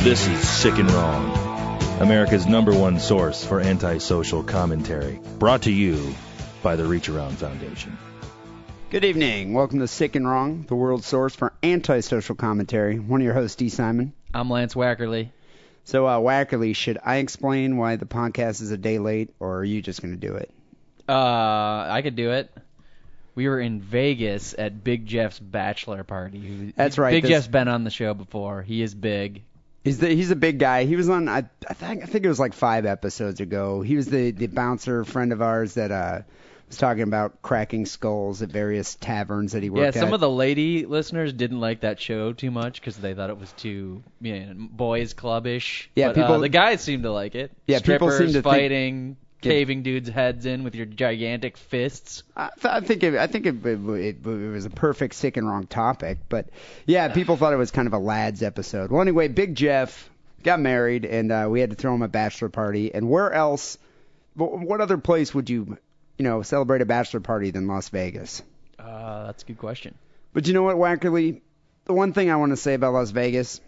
This is Sick and Wrong, America's number one source for antisocial commentary. Brought to you by the Reach Around Foundation. Good evening. Welcome to Sick and Wrong, the world's source for antisocial commentary. One of your hosts, D. Simon. I'm Lance Wackerly. So, uh, Wackerly, should I explain why the podcast is a day late, or are you just going to do it? Uh, I could do it. We were in Vegas at Big Jeff's bachelor party. Who- That's right, Big this- Jeff's been on the show before. He is big. He's the, he's a big guy. He was on I, I think I think it was like five episodes ago. He was the the bouncer friend of ours that uh was talking about cracking skulls at various taverns that he worked yeah, at. some of the lady listeners didn't like that show too much because they thought it was too you know, boys clubbish. Yeah, But, uh, people- the guys seemed to like it. Yeah, people Strippers seem to think- fighting, caving dudes' heads in with your gigantic fists. I, th- I think it, I think it, it, it, it was a perfect sick and wrong topic, but yeah, people thought it was kind of a lads episode. Well, anyway, Big Jeff got married, and uh, we had to throw him a bachelor party. And where else? wh- What other place would you, you know, celebrate a bachelor party than Las Vegas? Uh, that's a good question. But you know what, Wackerly? The one thing I want to say about Las Vegas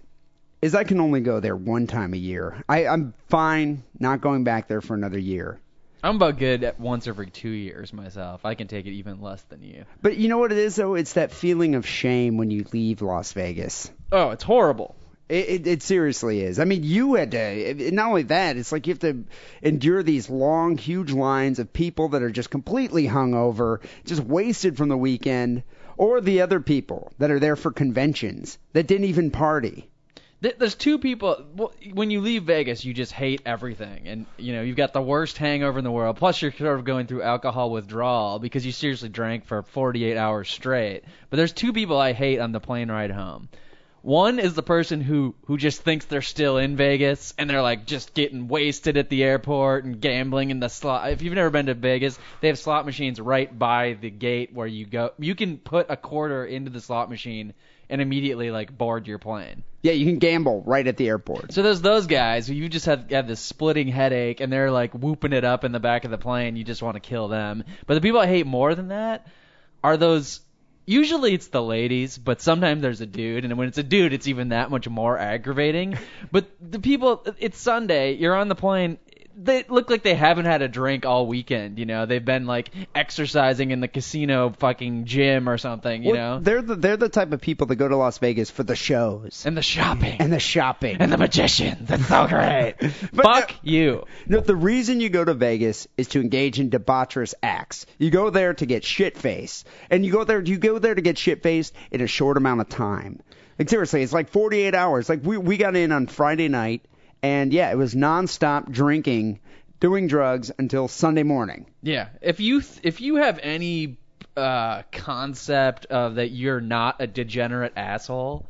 is I can only go there one time a year. I, I'm fine not going back there for another year. I'm about good at once every two years myself. I can take it even less than you. But you know what it is though? It's that feeling of shame when you leave Las Vegas. Oh, it's horrible. It, it, it seriously is. I mean, you had to. it- Not only that, it's like you have to endure these long, huge lines of people that are just completely hungover, just wasted from the weekend, or the other people that are there for conventions that didn't even party. Th- There's two people. well, When you leave Vegas, you just hate everything, and you know you've got the worst hangover in the world. Plus, you're sort of going through alcohol withdrawal because you seriously drank for 48 hours straight. But there's two people I hate on the plane ride home. One is the person who who just thinks they're still in Vegas and they're like just getting wasted at the airport and gambling in the slot. If you've never been to Vegas, they have slot machines right by the gate where you go. You can put a quarter into the slot machine and immediately like board your plane. Yeah, you can gamble right at the airport. So there's those guys who you just have have this splitting headache and they're like whooping it up in the back of the plane. You just want to kill them. But the people I hate more than that are those. Usually it's the ladies, but sometimes there's a dude, and when it's a dude, it's even that much more aggravating. But the people, it's Sunday, you're on the plane. They look like they haven't had a drink all weekend, you know. They've been like exercising in the casino fucking gym or something, you Well, know. they're the they're the type of people that go to Las Vegas for the shows And the shopping. and the shopping. and the magician. That's so great. But- uh, Fuck you. No, the reason you go to Vegas is to engage in debaucherous acts. You go there to get shit faced, and you go there you go there to get shit faced in a short amount of time. Like seriously, it's like 48 hours. Like we we got in on Friday night, and yeah, it was nonstop drinking, doing drugs until Sunday morning. Yeah. If you th- if you have any uh, concept of that you're not a degenerate asshole,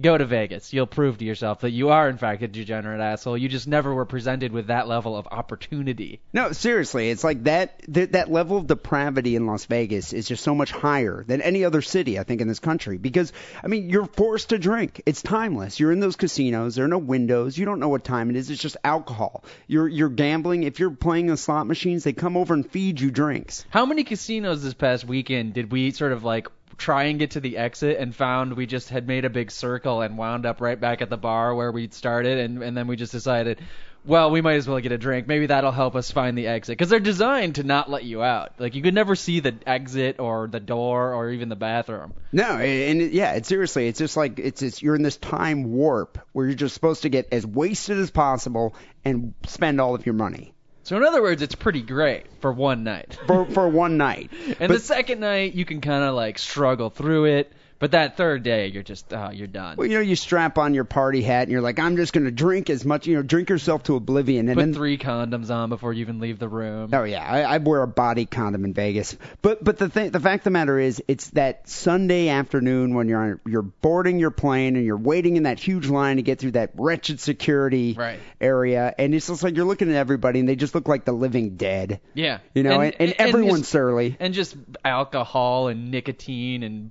go to Vegas. You'll prove to yourself that you are in fact a degenerate asshole. You just never were presented with that level of opportunity. No, seriously, it's like that th- that level of depravity in Las Vegas is just so much higher than any other city I think in this country because I mean, you're forced to drink. It's timeless. You're in those casinos, there are no windows. You don't know what time it is. It's just alcohol. You're you're gambling. If you're playing the slot machines, they come over and feed you drinks. How many casinos this past weekend did we sort of like try and get to the exit and found we just had made a big circle and wound up right back at the bar where we'd started and, and then we just decided, well, we might as well get a drink. Maybe that'll help us find the exit. Because they're designed to not let you out. Like, you could never see the exit or the door or even the bathroom. No, and and, yeah, it's seriously, it's just like it's, it's you're in this time warp where you're just supposed to get as wasted as possible and spend all of your money So, in other words, it's pretty great for one night. for for one night. And the second night, you can kind of like struggle through it. But that third day, you're just, uh, you're done. Well, you know, you strap on your party hat and you're like, I'm just going to drink as much, you know, drink yourself to oblivion. And Put then, three condoms on before you even leave the room. oh yeah, I, I wear a body condom in Vegas. But but the thing, the fact of the matter is, it's that Sunday afternoon when you're on, you're boarding your plane and you're waiting in that huge line to get through that wretched security Right. area, and it's just like you're looking at everybody and they just look like the living dead. Yeah. You know, and, and, everyone's just, surly. and just alcohol and nicotine and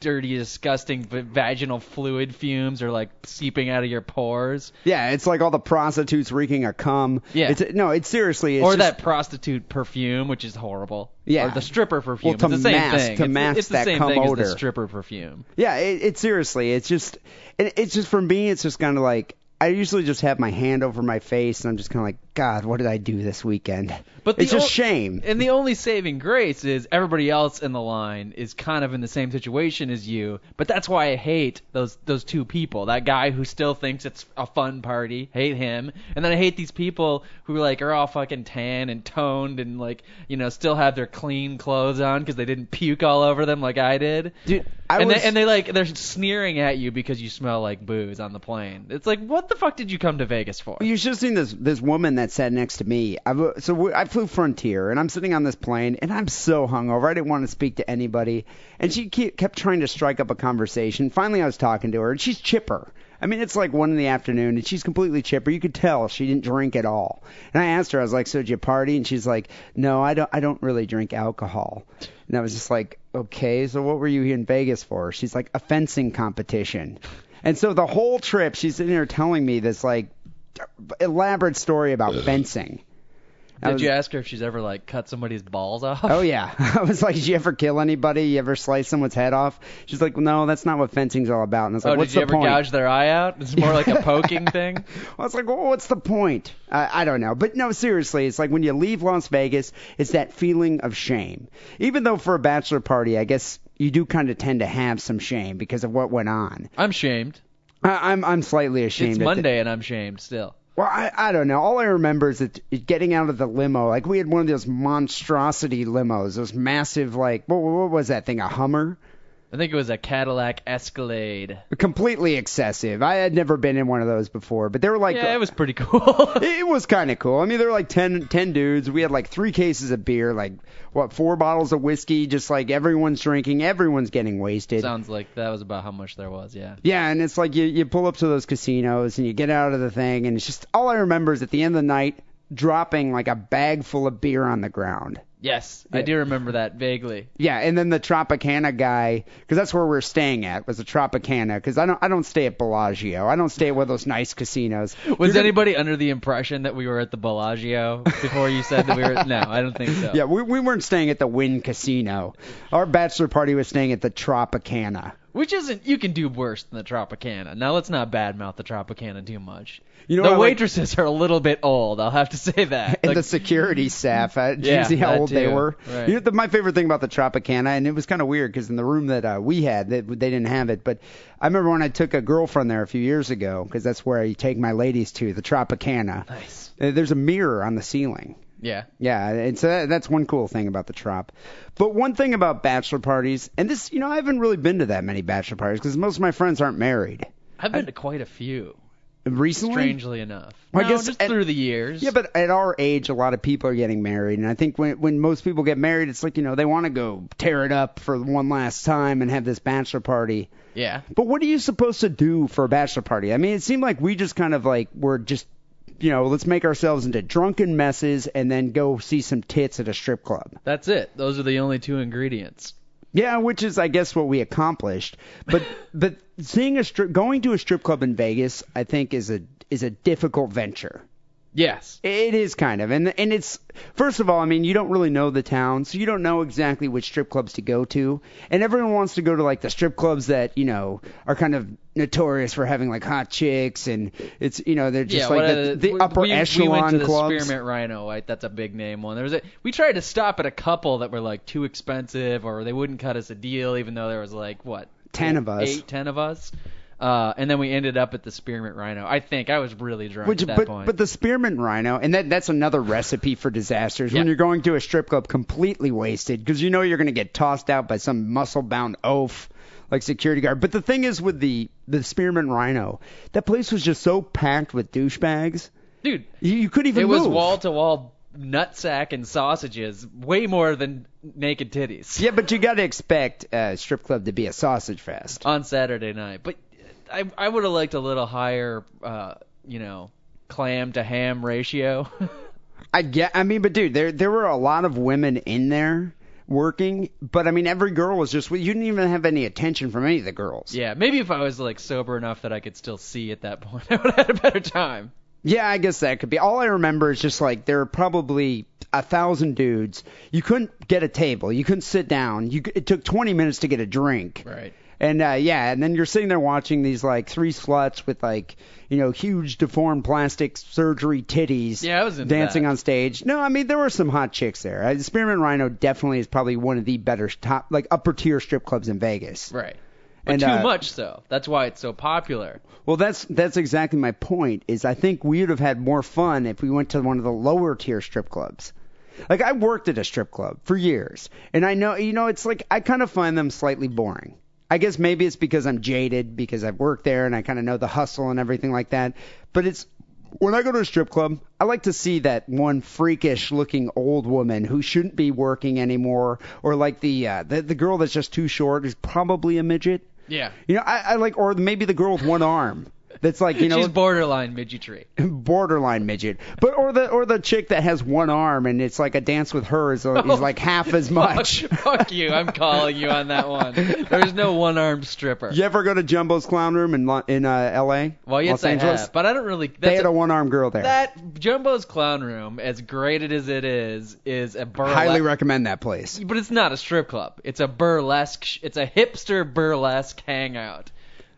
dirty, disgusting v- vaginal fluid fumes are like seeping out of your pores, yeah, it's like all the prostitutes reeking a cum. Yeah. It's, no, it's seriously. It's or just, that prostitute perfume, which is horrible. Yeah. Or the stripper perfume. Well, to it's the same mask- thing. to it's, mask it's the that same cum thing odor. as the stripper perfume. Yeah, it, it seriously, it's just, it, it's just for me, it's just kind of like I usually just have my hand over my face and I'm just kind of like, God, what did I do this weekend? But the it's just o- shame. And the only saving grace is everybody else in the line is kind of in the same situation as you. But that's why I hate those those two people. That guy who still thinks it's a fun party, hate him. And then I hate these people who like are all fucking tan and toned and like you know still have their clean clothes on because they didn't puke all over them like I did. Dude, I and, was they, and they like they're sneering at you because you smell like booze on the plane. It's like what the fuck did you come to Vegas for? You should have seen this this woman that sat next to me. I, w- so we, I flew Frontier, and I'm sitting on this plane, and I'm so hungover. I didn't want to speak to anybody, and she ke- kept trying to strike up a conversation. Finally, I was talking to her, and she's chipper. I mean, it's like one in the afternoon, and she's completely chipper. You could tell she didn't drink at all. And I asked her, I was like, "So did you party?" And she's like, "No, I don't. I don't really drink alcohol." And I was just like, "Okay, so what were you in Vegas for?" She's like, "A fencing competition." And so the whole trip, she's sitting there telling me this like elaborate story about fencing. Did was- you ask her if she's ever like cut somebody's balls off? Oh yeah, I was like, did you ever kill anybody? You ever slice someone's head off? She's like, no, that's not what fencing's all about. And I was like, Oh, what's did you the ever point? gouge their eye out? It's more like a poking thing. I was like, well, what's the point? I, I don't know. But no, seriously, it's like when you leave Las Vegas, it's that feeling of shame. Even though for a bachelor party, I guess you do kind of tend to have some shame because of what went on. I'm shamed. I, I'm I'm slightly ashamed. It's at the- Monday and I'm shamed still. Well, I, I don't know. All I remember is it, it getting out of the limo. Like we had one of those monstrosity limos, those massive like what, what was that thing? A Hummer? I think it was a Cadillac Escalade. Completely excessive. I had never been in one of those before, but they were like Yeah, it was pretty cool. it was kind of cool. I mean, there were like ten ten dudes. We had like three cases of beer, like what four bottles of whiskey. Just like everyone's drinking, everyone's getting wasted. Sounds like that was about how much there was, yeah. Yeah, and it's like you, you pull up to those casinos and you get out of the thing, and it's just all I remember is at the end of the night dropping like a bag full of beer on the ground. Yes, I do remember that vaguely. Yeah, and then the Tropicana guy, because that's where we are staying at was the Tropicana, because I don't I don't stay at Bellagio, I don't stay at one of those nice casinos. Was anybody under the impression that we were at the Bellagio before you said that we were? No, I don't think so. Yeah, we, we weren't staying at the Wynn Casino. Our bachelor party was staying at the Tropicana. Which isn't, you can do worse than the Tropicana. Now let's not badmouth the Tropicana too much. You know the what I like- waitresses are a little bit old, I'll have to say that. And Like, the security staff. Uh, did Yeah, you see how that old they too. were? Right. You know, the, my favorite thing about the Tropicana, and it was kind of weird because in the room that uh, we had, they, they didn't have it. But I remember when I took a girlfriend there a few years ago, because that's where I take my ladies to the Tropicana. nice. Uh, There's a mirror on the ceiling. Yeah. Yeah, and so that, that's one cool thing about the Trop. But one thing about bachelor parties, and this, you know, I haven't really been to that many bachelor parties because most of my friends aren't married. I've been to quite a few. Recently, strangely enough. Well, I no, guess just at- through the years. Yeah, but at our age, a lot of people are getting married, and I think when when most people get married, it's like you know they want to go tear it up for one last time and have this bachelor party. yeah. But what are you supposed to do for a bachelor party? I mean, it seemed like we just kind of like were just you know let's make ourselves into drunken messes and then go see some tits at a strip club. That's it. Those are the only two ingredients. Yeah, which is I guess what we accomplished. But but seeing a strip going to a strip club in Vegas, I think is a is a difficult venture. Yes. It is kind of, and and it's first of all, I mean, you don't really know the town, so you don't know exactly which strip clubs to go to, and everyone wants to go to like the strip clubs that you know are kind of notorious for having like hot chicks, and it's you know they're just yeah, like what the, are the we- upper we, echelon we went to the clubs. Spearmint Rhino. Right? That's a big name one. There was a, we tried to stop at a couple that were like too expensive, or they wouldn't cut us a deal, even though there was like what 10 of us. eight, ten of us. Uh, and then we ended up at the Spearmint Rhino. I think I was really drunk Which, at that but point. but the spearmint rhino, and that that's another recipe for disasters when Yeah. you're going to a strip club completely wasted because you know you're going to get tossed out by some muscle bound oaf like security guard. But the thing is with the the spearmint rhino, that place was just so packed with douchebags, Dude, you, you couldn't even it move. was wall to wall nutsack and sausages, way more than naked titties. yeah, but you got to expect a strip club to be a sausage fest. on Saturday night. But I I would have liked a little higher, uh, you know, clam to ham ratio. I get. I mean, but dude, there there were a lot of women in there working, but I mean, every girl was just. You didn't even have any attention from any of the girls. yeah, maybe if I was like sober enough that I could still see at that point, I would have had a better time. Yeah, I guess that could be. All I remember is just like there were probably a thousand dudes. You couldn't get a table. You couldn't sit down. You c- it took 20 minutes to get a drink. Right. And uh, yeah, and then you're sitting there watching these like three sluts with like you know huge deformed plastic surgery titties Yeah, I was into dancing that. on stage. No, I mean there were some hot chicks there. Uh, Spearman Rhino definitely is probably one of the better top like upper tier strip clubs in Vegas. Right. But And, too uh, much so. That's why it's so popular. Well, that's that's exactly my point. Is I think we would have had more fun if we went to one of the lower tier strip clubs. Like I worked at a strip club for years, and I know you know it's like I kind of find them slightly boring. I guess maybe it's because I'm jaded because I've worked there and I kind of know the hustle and everything like that. But it's when I go to a strip club, I like to see that one freakish looking old woman who shouldn't be working anymore, or like the uh, the, the girl that's just too short who's probably a midget. Yeah. You know, I, I like, or maybe the girl with one arm. That's like you know She's borderline midgetry. borderline midget, but or the or the chick that has one arm and it's like a dance with her is, Oh, is like half as much. Fuck, fuck you. I'm calling you on that one. There's no one-armed stripper. You ever go to Jumbo's Clown Room in Lo- in uh, L.A. Well, yes, Los Angeles? I have, but I don't really. they That's had a, a, one armed girl there. that Jumbo's Clown Room, as great as it is, is a burlesque. Highly recommend that place. but it's not a strip club. It's a burlesque. sh- It's a hipster burlesque hangout.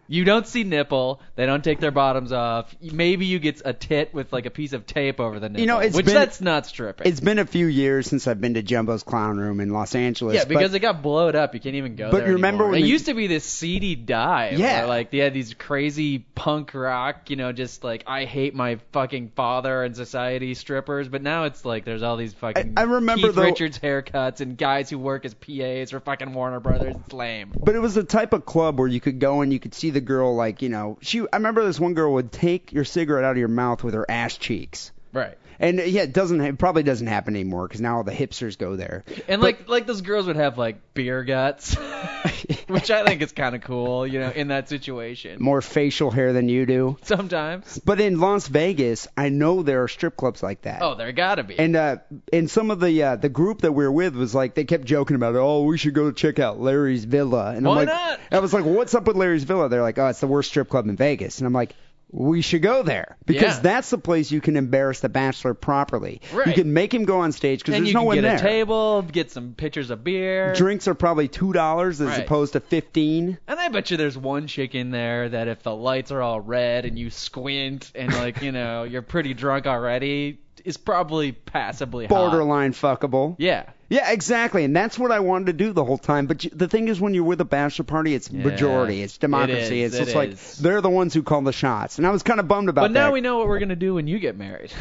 You don't see nipple. They don't take their bottoms off. Maybe you get a tit with like a piece of tape over the nipple. know, it's which been- that's not stripping. It's been a few years since I've been to Jumbo's Clown Room in Los Angeles. yeah, because but, it got blowed up. You can't even go But there. you remember anymore. when it they- used to be this seedy dive? Yeah. where, like they had these crazy punk rock, you know, just like I hate my fucking father and society strippers. But now it's like there's all these fucking I remember, Keith though- Richards haircuts and guys who work as PAs for fucking Warner Brothers. It's lame. But it was the type of club where you could go and you could see the girl like, you know, she I remember this one girl would take your cigarette out of your mouth with her ass cheeks. Right. And uh, yeah, it doesn't it probably doesn't happen anymore cuz now all the hipsters go there. And like like those girls would have like beer guts, which I think is kind of cool, you know, in that situation. More facial hair than you do. Sometimes. But in Las Vegas, I know there are strip clubs like that. Oh, there gotta be. And uh and some of the uh the group that we were with was like they kept joking about oh we should go check out Larry's Villa and Why I'm like not? I was like well, what's up with Larry's Villa they're like oh it's the worst strip club in Vegas and I'm like we should go there because Yeah. that's the place you can embarrass the bachelor properly you Right. can make him go on stage because and there's you no can one get there a table, get some pitchers of beer. drinks are probably two dollars as Right. opposed to fifteen And I bet you there's one chick in there that if the lights are all red and you squint and like you know you're pretty drunk already, is probably passably hot. borderline fuckable Yeah. Yeah, exactly, and that's what I wanted to do the whole time. But you- the thing is, when you're with a bachelor party, it's majority, it's democracy. It it's is, just it like is. they're the ones who call the shots, and I was kind of bummed about But now that. we know what we're gonna do when you get married.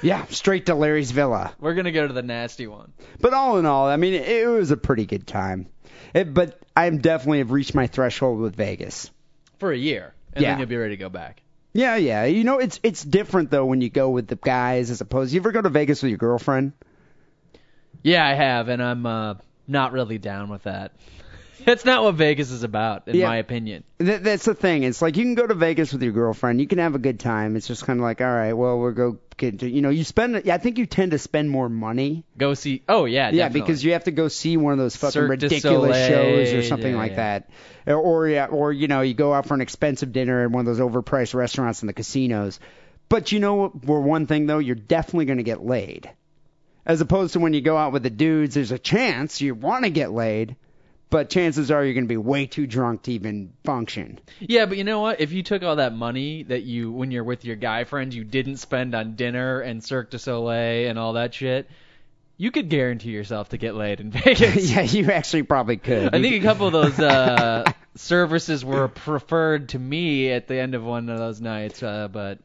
yeah, straight to Larry's villa. we're gonna go to the nasty one. But all in all, I mean, it, it was a pretty good time. It, but I am definitely have reached my threshold with Vegas. For a year. And Yeah. then you'll be ready to go back. Yeah, yeah, you know, it's it's different though when you go with the guys as opposed. You ever go to Vegas with your girlfriend? Yeah, I have, and I'm uh, not really down with that. That's not what Vegas is about, in Yeah. my opinion. Th- that's the thing. It's like you can go to Vegas with your girlfriend. You can have a good time. It's just kind of like, all right, well, we'll go. Get to, you know, you spend. I think you tend to spend more money. Go see. Oh Yeah, yeah, definitely. because you have to go see one of those fucking Cirque du ridiculous Soleil, shows or something yeah, like yeah. that. Or, or yeah, or you know, you go out for an expensive dinner at one of those overpriced restaurants in the casinos. But you know, what- for one thing though, you're definitely going to get laid. As opposed to when you go out with the dudes, there's a chance you want to get laid, but chances are you're going to be way too drunk to even function. yeah, but you know what? If you took all that money that you, when you're with your guy friends, you didn't spend on dinner and Cirque du Soleil and all that shit, you could guarantee yourself to get laid in Vegas. yeah, you actually probably could. I think a couple of those uh, services were preferred to me at the end of one of those nights, uh, but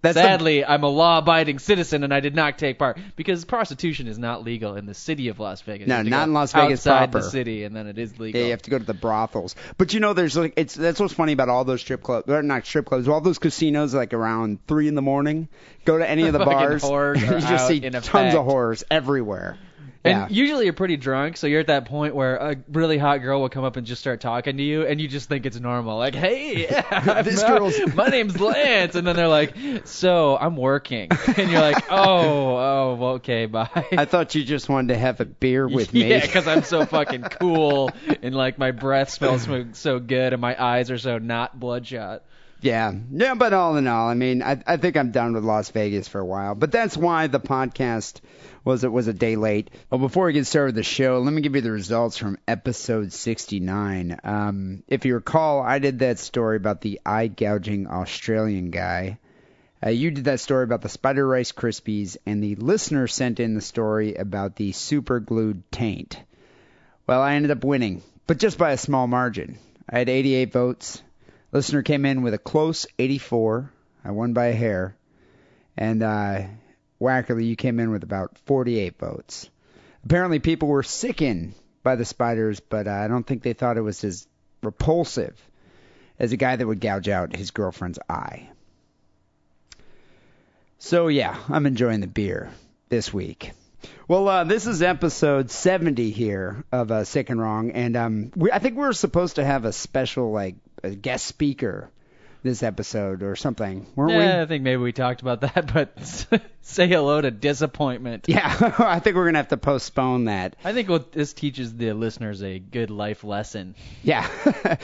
That's the- Sadly, I'm a law-abiding citizen, and I did not take part because prostitution is not legal in the city of Las Vegas. No, You have to not go in Las Vegas outside proper. the city, and then it is legal. yeah, you have to go to the brothels. But you know, there's like it's that's what's funny about all those strip clubs, or not strip clubs, all those casinos like around three in the morning. Go to any of the Fucking bars, whores you are just out see in tons effect. of horrors everywhere. and yeah. usually you're pretty drunk, so you're at that point where a really hot girl will come up and just start talking to you, and you just think it's normal. Like, hey, yeah, This my, girl's- my name's Lance, and then they're like, so I'm working, and you're like, oh, oh, well, okay, I bye. thought you just wanted to have a beer with me. Yeah, because I'm so fucking cool, and like my breath smells so- so good, and my eyes are so not bloodshot. Yeah. Yeah, but all in all, I mean, I, I think I'm done with Las Vegas for a while. But that's why the podcast was it was a day late. But before we get started with the show, let me give you the results from episode 69. Um, if you recall, I did that story about the eye gouging Australian guy. Uh, you did that story about the spider rice krispies, and the listener sent in the story about the super glued taint. Well, I ended up winning, but just by a small margin. I had 88 votes. Listener came in with a close 84. I won by a hair. And uh, Wackerly, you came in with about 48 votes. Apparently, people were sickened by the spiders, but uh, I don't think they thought it was as repulsive as a guy that would gouge out his girlfriend's eye. So, yeah, I'm enjoying the beer this week. Well, uh, this is episode 70 here of uh, Sick and Wrong, and um, we, I think we were supposed to have a special like a guest speaker this episode or something, weren't we? Yeah, I think maybe we talked about that, but say hello to disappointment. Yeah, I think we're gonna have to postpone that. I think what this teaches the listeners a good life lesson. Yeah,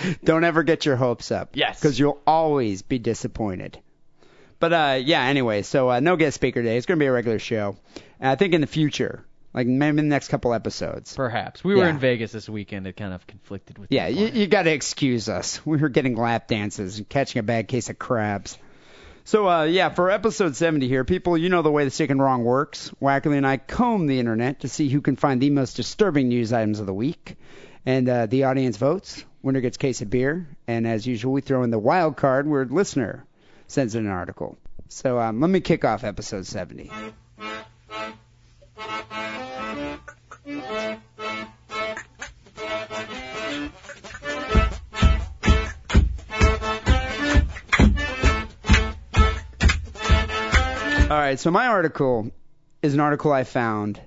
don't ever get your hopes up. Yes. because you'll always be disappointed. But uh, yeah, anyway, so uh, no guest speaker today. It's gonna be a regular show. And I think in the future, like maybe in the next couple episodes. Perhaps we were Yeah. in Vegas this weekend. It kind of conflicted with. Yeah, the you, plan. you got to excuse us. We were getting lap dances and catching a bad case of crabs. So, uh, yeah, for episode 70 here, people, you know the way the sick and wrong works. Wackerly and I comb the internet to see who can find the most disturbing news items of the week. And uh, the audience votes. Winner gets a case of beer. And as usual, we throw in the wild card where listener sends in an article. So um, let me kick off episode 70. All right, so my article is an article I found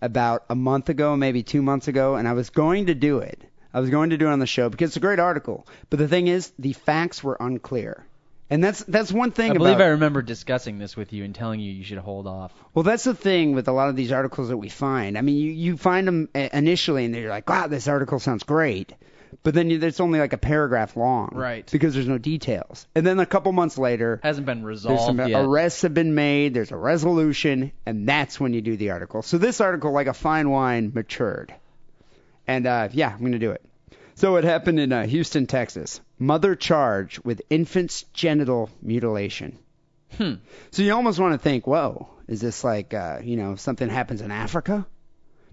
about a month ago, maybe two months ago, and I was going to do it. I was going to do it on the show because it's a great article. But the thing is, the facts were unclear, and that's that's one thing I believe about. I remember discussing this with you and telling you you should hold off. Well, that's the thing with a lot of these articles that we find. I mean, you, you find them initially and you're like, wow, this article sounds great. But then you- it's only like a paragraph long. Right. Because there's no details. And then a couple months later, Hasn't been there's resolved some yet. arrests have been made, there's a resolution, and that's when you do the article. So this article, like a fine wine, matured. And uh, yeah, I'm going to do it. So it happened in uh, Houston, Texas. Mother charged with infant's genital mutilation. Hmm. So you almost want to think, whoa, is this like, uh, you know, something happens in Africa?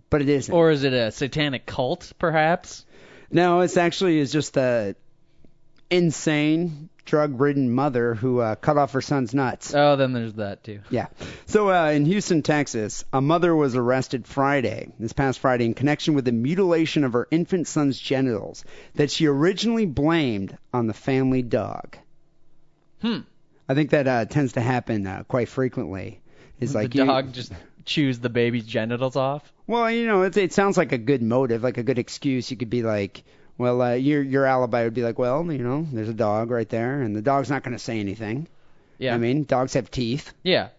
But it isn't. Or is it a satanic cult, perhaps? No, it's actually is just a insane drug-ridden mother who uh, cut off her son's nuts. Oh, then there's that too. Yeah. So uh, in Houston, Texas, a mother was arrested Friday, this past Friday, in connection with the mutilation of her infant son's genitals that she originally blamed on the family dog. Hmm. I think that uh, tends to happen uh, quite frequently. Is like the you- dog just chews the baby's genitals off. Well, you know, it, it sounds like a good motive, like a good excuse. You could be like, well, uh, your your alibi would be like, well, you know, there's a dog right there, and the dog's not going to say anything. Yeah. I mean, dogs have teeth. Yeah.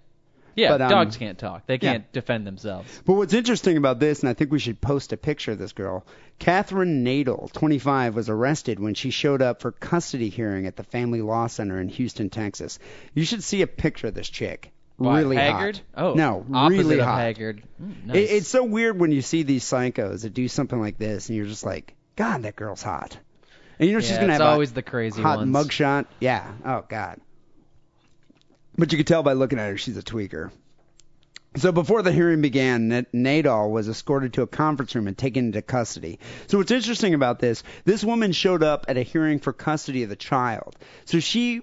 Yeah. But, um, dogs can't talk. They yeah. can't defend themselves. But what's interesting about this, and I think we should post a picture of this girl, Catherine Nadel, 25, was arrested when she showed up for custody hearing at the Family Law Center in Houston, Texas. You should see a picture of this chick. Why, really Haggard? hot. Oh. no, opposite really of hot. Haggard. Mm, nice. It, it's so weird when you see these psychos that do something like this, and you're just like, God, that girl's hot. And you know yeah, she's gonna it's have a always the crazy hot ones. mugshot. Yeah. Oh God. But you could tell by looking at her, she's a tweaker. So before the hearing began, N- Nadal was escorted to a conference room and taken into custody. So what's interesting about this, this woman showed up at a hearing for custody of the child. So she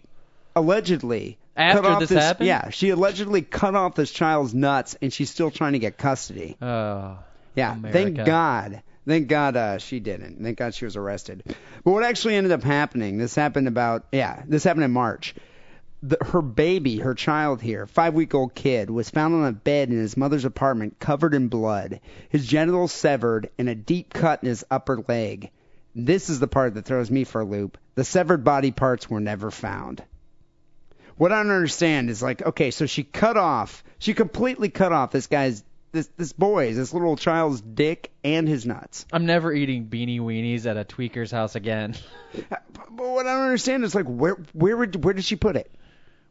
allegedly After cut off this this happened? yeah, she allegedly cut off this child's nuts, and she's still trying to get custody. Oh. Yeah, thank America. God. Thank God uh, she didn't. Thank God she was arrested. But what actually ended up happening? This happened about yeah. This happened in March. The, her baby, her child here, five-week-old kid, was found on a bed in his mother's apartment, covered in blood, his genitals severed, and a deep cut in his upper leg. This is the part that throws me for a loop. The severed body parts were never found. What I don't understand is like, okay, so she cut off, she completely cut off this guy's this this boy's this little child's dick and his nuts. I'm never eating beanie weenies at a tweaker's house again. But what I don't understand is like where where would, where did she put it?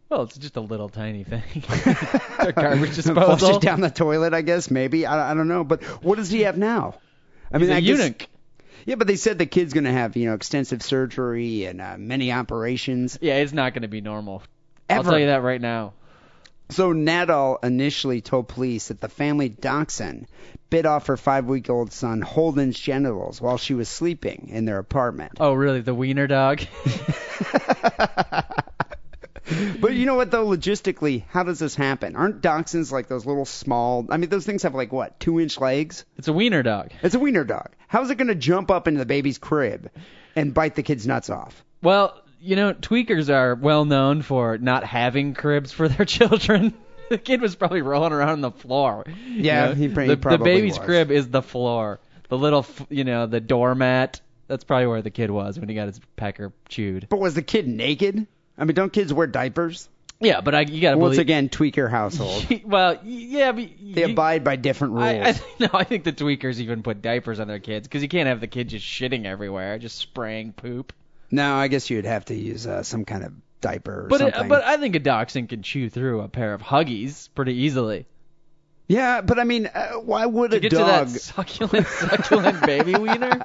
well, it's just a little tiny thing. a garbage Flush disposal. it down the toilet, I guess. Maybe I, I don't know. But what does he have now? I mean, He's a I guess- eunuch. Yeah, but they said the kid's gonna have you know extensive surgery and uh, many operations. Yeah, it's not going to be normal. I'll Ever. tell you that right now. So Nadal initially told police that the family dachshund bit off her five-week-old son Holden's genitals while she was sleeping in their apartment. Oh, really? The wiener dog? But you know what though? Logistically, how does this happen? Aren't dachshunds like those little small? I mean, those things have like what two-inch legs? it's a wiener dog. It's a wiener dog. How's it gonna jump up into the baby's crib and bite the kid's nuts off? Well, you know, tweakers are well known for not having cribs for their children. the kid was probably rolling around on the floor. you Yeah, know? he pr- he the, probably The baby's was. crib is the floor. The little, f- you know, the doormat. That's probably where the kid was when he got his pecker chewed. But was the kid naked? I mean, don't kids wear diapers? Yeah, but I, you gotta Once believe. again, tweaker household. well, yeah, but They you- abide by different rules. I, I, think- no, I think the tweakers even put diapers on their kids because you can't have the kid just shitting everywhere, just spraying poop. No, I guess you'd have to use uh, some kind of diaper or But something. it, but I think a dachshund can chew through a pair of huggies pretty easily. yeah, but I mean, uh, why would a Get dog? to that succulent, succulent baby wiener.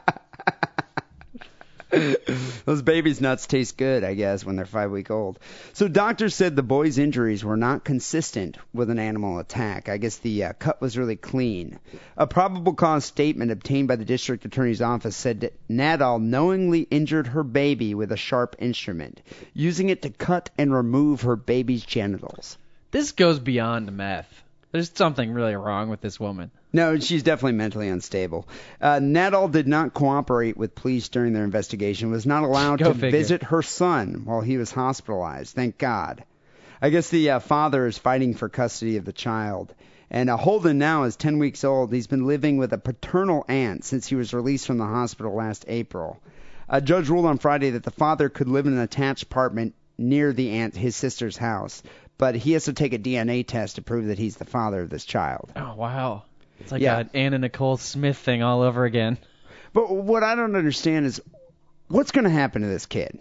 Those babies' nuts taste good, I guess, when they're five week old. So doctors said the boy's injuries were not consistent with an animal attack. I guess the uh, cut was really clean. A probable cause statement obtained by the district attorney's office said that Nadal knowingly injured her baby with a sharp instrument, using it to cut and remove her baby's genitals. This goes beyond meth. There's something really wrong with this woman. No, she's definitely mentally unstable. Uh, Nadal did not cooperate with police during their investigation, was not allowed Go to figure. visit her son while he was hospitalized. Thank God. I guess the uh, father is fighting for custody of the child. And uh, Holden now is 10 weeks old. He's been living with a paternal aunt since he was released from the hospital last April. A judge ruled on Friday that the father could live in an attached apartment near the aunt, his sister's house, but he has to take a DNA test to prove that he's the father of this child. Oh wow. It's like Yeah. an Anna Nicole Smith thing all over again. But what I don't understand is what's going to happen to this kid.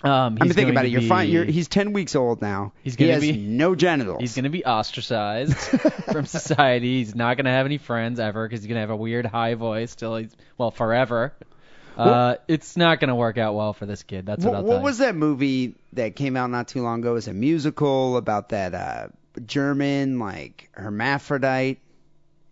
Um, he's I mean, think going about to it. You're be, fine. You're, he's 10 weeks old now. He's he gonna has be- no genitals. He's gonna be ostracized from society. He's not gonna have any friends ever because he's gonna have a weird high voice till he's well forever. uh, it's not gonna work out well for this kid. That's what, Wh- I'll what, tell you. was that movie that came out not too long ago? It was a musical about that uh, German like hermaphrodite.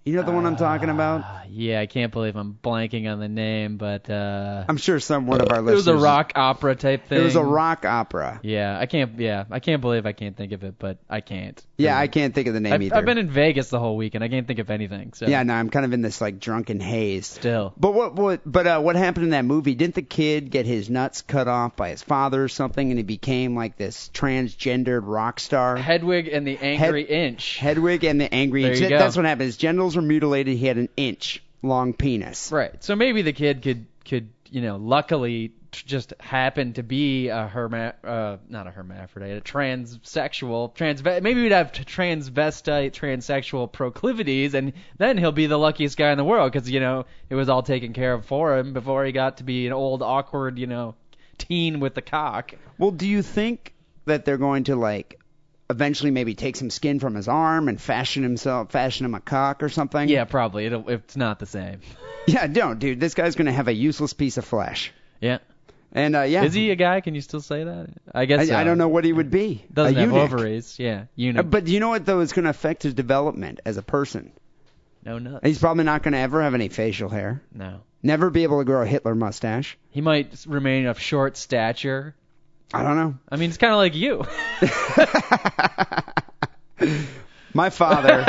You know the one I'm talking about? Uh, yeah, I can't believe I'm blanking on the name, but uh, I'm sure some one of our it was listeners. a rock opera type thing. It was a rock opera. Yeah, I can't. Yeah, I can't believe I can't think of it, but I can't. Yeah, I can't think of the name I've, either. I've been in Vegas the whole week and I can't think of anything. So yeah, no, I'm kind of in this like drunken haze. still. But what what but uh, what happened in that movie? Didn't the kid get his nuts cut off by his father or something, and he became like this transgendered rock star? Hedwig and the Angry Inch. Hedwig and the Angry There Inch. you go. That's what happened. His genitals were mutilated. He had an inch long penis. Right. So maybe the kid could could you know luckily t- just happen to be a herma uh not a hermaphrodite a transsexual trans maybe he'd have t- transvestite transsexual proclivities and then he'll be the luckiest guy in the world because you know it was all taken care of for him before he got to be an old awkward you know teen with the cock. Well, do you think that they're going to like eventually maybe take some skin from his arm and fashion himself, fashion him a cock or something? Yeah, probably. It'll, it's not the same. Yeah. Don't, dude. This guy's gonna have a useless piece of flesh. Yeah. And uh, yeah, Is he a guy? Can you still say that? I guess I, so. I don't know what he would be. Doesn't a have eunuch. ovaries. Yeah. Uh, Eunuch. But you know what though? It's gonna affect his development as a person. no nuts. He's probably not going to ever have any facial hair. no. Never be able to grow a Hitler mustache. He might s- remain of short stature. I don't know. I mean, it's kind of like you. My father,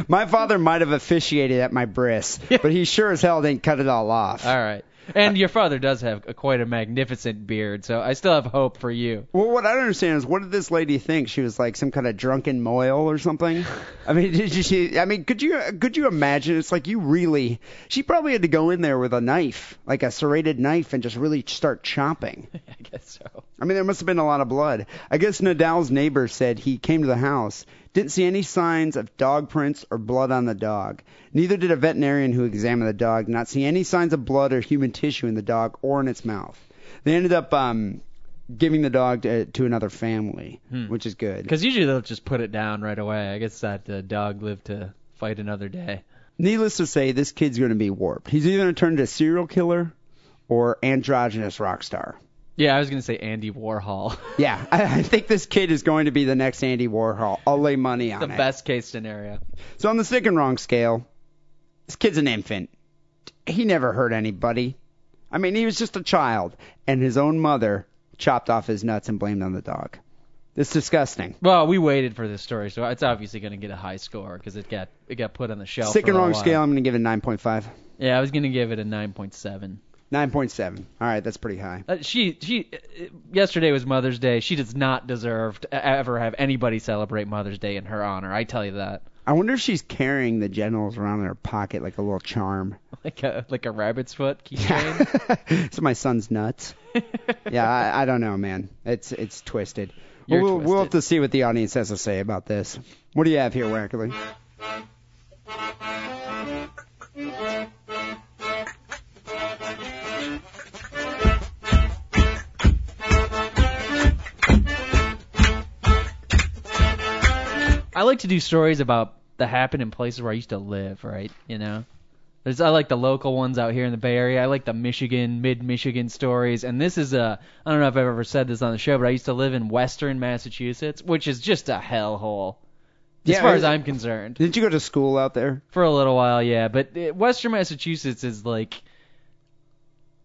my father might have officiated at my bris, but he sure as hell didn't cut it all off. All right. And your father does have a, quite a magnificent beard, so I still have hope for you. Well, what I don't understand is what did this lady think? She was like some kind of drunken moil or something. I mean, did she? I mean, could you could you imagine? It's like you really. She probably had to go in there with a knife, like a serrated knife, and just really start chopping. I guess so. I mean, there must have been a lot of blood. I guess Nadal's neighbor said he came to the house Didn't see any signs of dog prints or blood on the dog. Neither did a veterinarian who examined the dog not see any signs of blood or human tissue in the dog or in its mouth. They ended up um, giving the dog to, to another family, which is good. Because usually they'll just put it down right away. I guess that uh, dog lived to fight another day. Needless to say, this kid's going to be warped. He's either going to turn into a serial killer or androgynous rock star. Yeah, I was gonna say Andy Warhol. Yeah, I, I think this kid is going to be the next Andy Warhol. I'll lay money on the it. best case scenario. So on the sick and wrong scale, this kid's an infant. He never hurt anybody. I mean, he was just a child, and his own mother chopped off his nuts and blamed on the dog. It's disgusting. Well, we waited for this story, so it's obviously gonna get a high score because it got it got put on the shelf. sick for and a wrong while. scale, I'm going to give it 9.5. Yeah, I was gonna give it a 9.7. 9.7. All right, that's pretty high. Uh, she she uh, yesterday was Mother's Day. She does not deserve to e- ever have anybody celebrate Mother's Day in her honor. I tell you that. I wonder if she's carrying the genitals around in her pocket like a little charm. Like a like a rabbit's foot keychain. it's my son's nuts. yeah, I, I don't know, man. It's it's twisted. You're we'll, we'll have twisted. to see what the audience has to say about this. What do you have here, Wackerly? I like to do stories about that happen in places where I used to live, right? You know, there's I like the local ones out here in the Bay Area. I like the Michigan, mid-Michigan stories, and this is a I don't know if I've ever said this on the show, but I used to live in Western Massachusetts, which is just a hellhole. As Yeah, far I- as I'm concerned, Did you go to school out there? for a little while, yeah. But uh, Western Massachusetts is like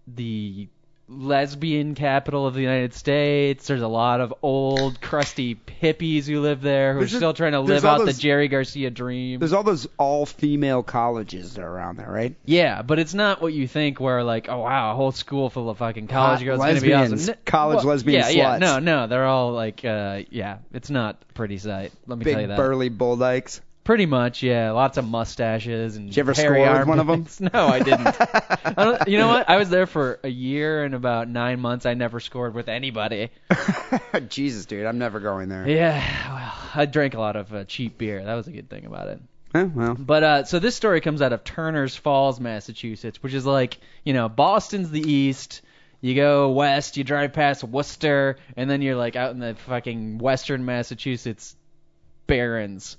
the lesbian capital of the United States. There's a lot of old, crusty hippies who live there who There's are just- still trying to there's live all out those- the Jerry Garcia dream. There's all those all-female colleges that are around there, right? Yeah, but it's not what you think. Where like, oh wow, a whole school full of fucking college Hot girls is gonna be lesbians. awesome. N- College lesbian yeah, Yeah, sluts. no, no, they're all like, uh, yeah, it's not a pretty sight. Let me tell you Big that. burly bull dykes. Pretty much, yeah. Lots of mustaches and. you ever hairy score with one of armpits. No, Oh, I didn't. I don't, you know what? I was there for a year and about nine months. I never scored with anybody. Jesus, dude, I'm never going there. Yeah, well, I drank a lot of uh, cheap beer. That was a good thing about it. Eh, well, But uh, so this story comes out of Turner's Falls, Massachusetts, which is like you know Boston's the east. You go west, you drive past Worcester, and then you're like out in the fucking western Massachusetts barrens.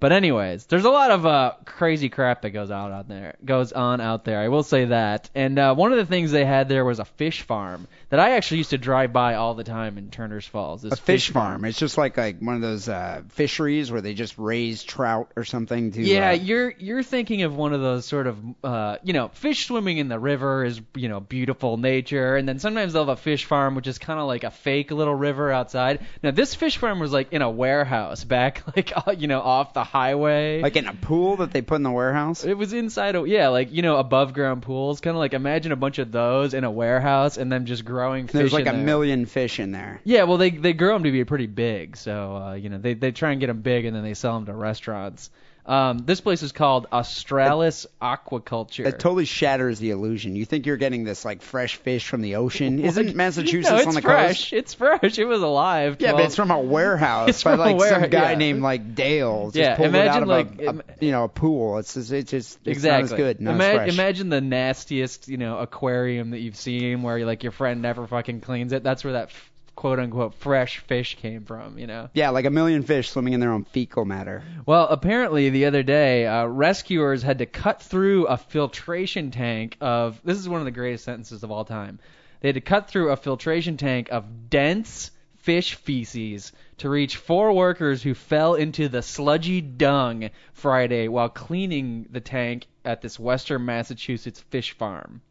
But anyways, there's a lot of uh, crazy crap that goes out on there, goes on out there. I will say that. And uh, one of the things they had there was a fish farm that I actually used to drive by all the time in Turner's Falls. This a fish farm. It's just like like one of those uh, fisheries where they just raise trout or something. To Yeah, uh, you're you're thinking of one of those sort of uh, you know fish swimming in the river is you know beautiful nature, and then sometimes they'll have a fish farm which is kind of like a fake little river outside. Now this fish farm was like in a warehouse back like uh, you know off the highway. like in a pool that they put in the warehouse. it was inside a yeah like you know above ground pools, kind of like imagine a bunch of those in a warehouse and them just growing fish. There's like in a there. million fish in there. Yeah, well, they they grow them to be pretty big, so uh, you know they they try and get them big, and then they sell them to restaurants. Um, this place is called Australis Aquaculture. It totally shatters the illusion. You think you're getting this like fresh fish from the ocean? Isn't Massachusetts no, it's on the fresh. coast? It's fresh. It was alive. Yeah, but 12 it's from a warehouse It's by from a like some ware- guy yeah. named like Dale. Just Yeah, pulled imagine, it out of like, a- a, im- you know a pool. It's just it's just it's exactly. not as good. Not Ima- as fresh. Imagine the nastiest you know aquarium that you've seen, where like your friend never fucking cleans it. That's where that f- quote unquote fresh fish came from. You know. yeah, like a million fish swimming in their own fecal matter. Well, apparently the other day, uh, rescuers had to cut through a filtration tank of. This is one of the greatest sentences of all time. They had to cut through a filtration tank of dense fish feces to reach four workers who fell into the sludgy dung Friday while cleaning the tank at this Western Massachusetts fish farm.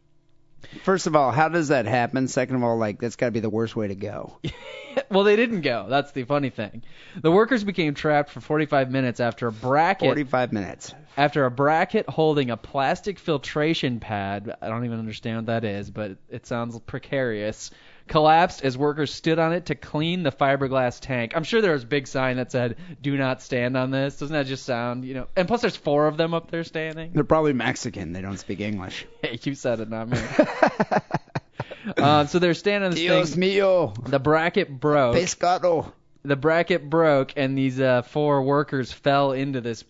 First of all, how does that happen? Second of all, like that's got to be the worst way to go. well, they didn't go. That's the funny thing. The workers became trapped for 45 minutes after a bracket Forty-five minutes. after a bracket holding a plastic filtration pad, I don't even understand what that is, but it sounds precarious, collapsed as workers stood on it to clean the fiberglass tank. I'm sure there was a big sign that said, do not stand on this. Doesn't that just sound, you know? And plus, there's four of them up there standing. They're probably Mexican. They don't speak English. Hey, you said it, not me. uh, so they're standing on this Dios thing. mío, The bracket broke. pescado. the bracket broke and these uh, four workers fell into this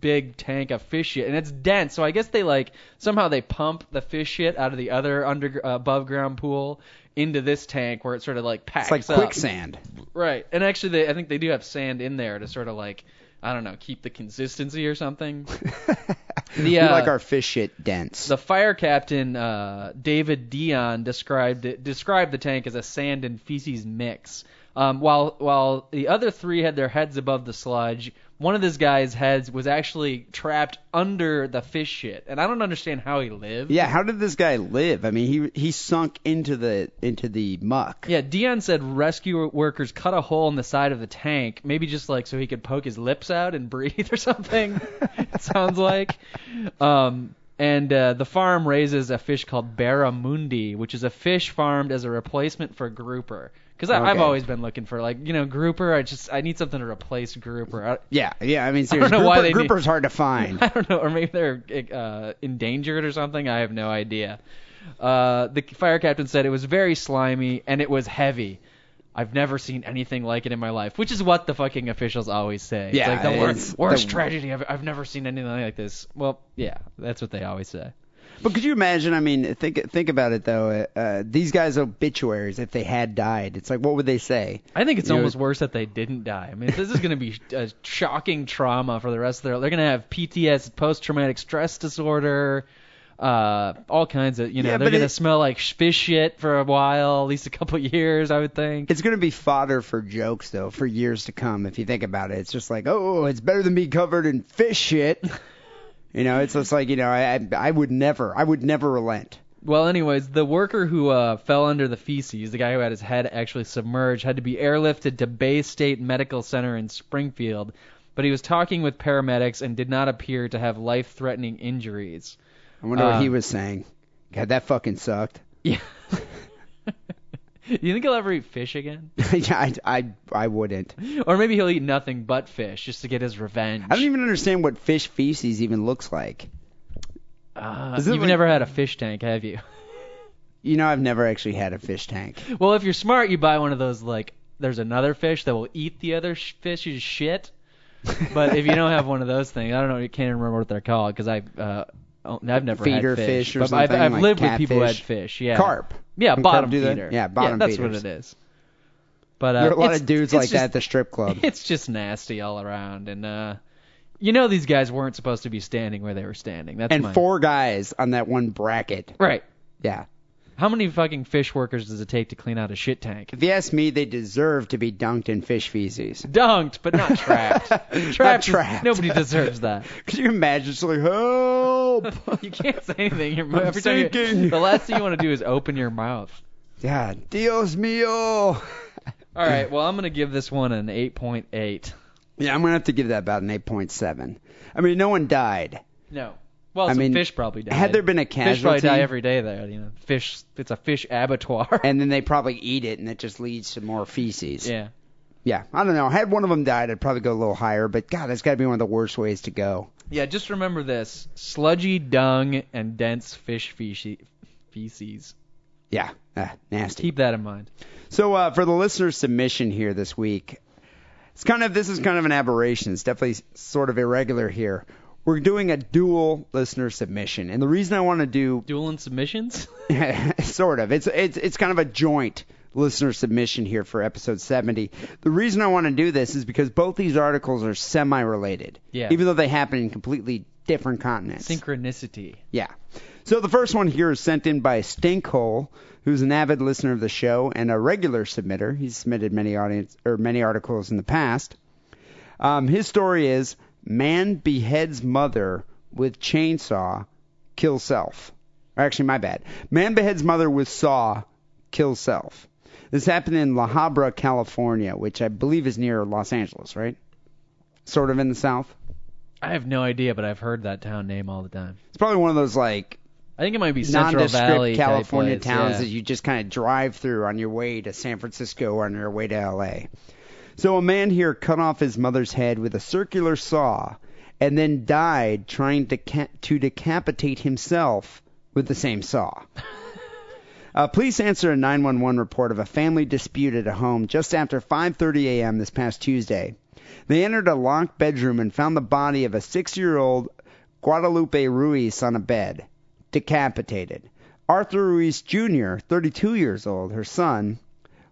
big tank of fish shit and it's dense so i guess they like somehow they pump the fish shit out of the other under uh, above ground pool into this tank where it sort of like packs It's like up quicksand. right and actually they, i think they do have sand in there to sort of like i don't know keep the consistency or something the, we uh, like our fish shit dense. the fire captain uh, David Dion described it, described the tank as a sand and feces mix. Um, while while the other three had their heads above the sludge, one of this guy's heads was actually trapped under the fish shit, and I don't understand how he lived. yeah, how did this guy live? I mean, he he sunk into the into the muck. Yeah, Dion said rescue workers cut a hole in the side of the tank, maybe just like so he could poke his lips out and breathe or something. it sounds like. Um, and uh, the farm raises a fish called barramundi, which is a fish farmed as a replacement for grouper. Because I've Okay. always been looking for like you know grouper. I just I need something to replace grouper. I, Yeah, yeah. I mean, don't seriously, know why grouper, they need- grouper's hard to find. I don't know, or maybe they're uh, endangered or something. I have no idea. Uh, the fire captain said it was very slimy and it was heavy. I've never seen anything like it in my life, which is what the fucking officials always say. Yeah, it's like the wor- it's worst the- tragedy I've, I've never seen anything like this. Well, yeah, that's what they always say. But could you imagine? I mean, think think about it though. Uh, these guys' obituaries, if they had died, it's like what would they say? I think it's You know, almost worse that they didn't die. I mean, this is going to be a shocking trauma for the rest of their. They're going to have PTS, post-traumatic stress disorder, uh, all kinds of. You know, Yeah, they're but going to it- smell like sh- fish shit for a while, at least a couple years, I would think. It's going to be fodder for jokes though for years to come. If you think about it, it's just like, oh, it's better than being covered in fish shit. you know, it's just like you know, I I- I would never, I would never relent. Well, anyways, the worker who uh, fell under the feces, the guy who had his head actually submerged, had to be airlifted to Bay State Medical Center in Springfield, but he was talking with paramedics and did not appear to have life-threatening injuries. I wonder Uh, what he was saying. God, that fucking sucked. Yeah. you think he'll ever eat fish again? yeah, I, I I wouldn't. Or maybe he'll eat nothing but fish just to get his revenge. I don't even understand what fish feces even looks like. Uh, Is you've it like- never had a fish tank, have you? You know, I've never actually had a fish tank. Well, if you're smart, you buy one of those like there's another fish that will eat the other sh- fish's shit. But if you don't have one of those things, I don't know. I can't even remember what they're called because I uh, oh, I've never Feeder had fish or but I've, something, I've like lived with people who had catfish. fish. Yeah. Carp. Yeah, Can bottom carp do that? feeder. Yeah, bottom that's feeders. what it is. But uh, there are a lot it's- of dudes it's like just- that at the strip club. It's just nasty all around, and uh, you know these guys weren't supposed to be standing where they were standing. That's and my- four guys on that one bracket. right. Yeah. How many fucking fish workers does it take to clean out a shit tank? If you ask me, they deserve to be dunked in fish feces. Dunked, but not trapped. trapped, is- trapped. Nobody deserves that. Could you imagine? It's like, help! You can't say anything. You're, I'm every time you- sinking. the last thing you want to do is open your mouth. yeah, Dios mio! All right. Well, I'm gonna give this one an 8.8. Yeah, I'm gonna have to give that about an 8.7. I mean, no one died. No. Well, I some mean, fish probably died. had there been a Fish probably die casualty- every day there. You know, fish. It's a fish abattoir. And then they probably eat it, and it just leads to more feces. yeah. Yeah, I don't know. Had one of them died, I'd probably go a little higher. But God, that's got to be one of the worst ways to go. Yeah. Just remember this: sludgy dung and dense fish feces. Feces. Yeah, ah, nasty. Keep that in mind. So uh, for the listener submission here this week, it's kind of this is kind of an aberration. It's definitely s- sort of irregular here. We're doing a dual listener submission, and the reason I want to do Duel and submissions. sort of it's it's it's kind of a joint listener submission here for episode 70. The reason I want to do this is because both these articles are semi-related, Yeah. even though they happen in completely different continents. Synchronicity. Yeah. So the first one here is sent in by Stinkhole, who's an avid listener of the show and a regular submitter. He's submitted many audience or many articles in the past. Um, his story is man beheads mother with chainsaw, kill self. Or actually, my bad. Man beheads mother with saw, kill self. This happened in La Habra, California, which I believe is near Los Angeles, right? Sort of in the south. I have no idea, but I've heard that town name all the time. It's probably one of those like I think it might be Central nondescript Valley type California place, towns yeah. that you just kind of drive through on your way to San Francisco or on your way to LA. So a man here cut off his mother's head with a circular saw and then died trying to ca- to decapitate himself with the same saw. Uh, police answer a 911 report of a family dispute at a home just after 5:30 a.m. this past Tuesday. They entered a locked bedroom and found the body of a six-year-old Guadalupe Ruiz on a bed, decapitated. Arthur Ruiz Jr., 32 years old, her son,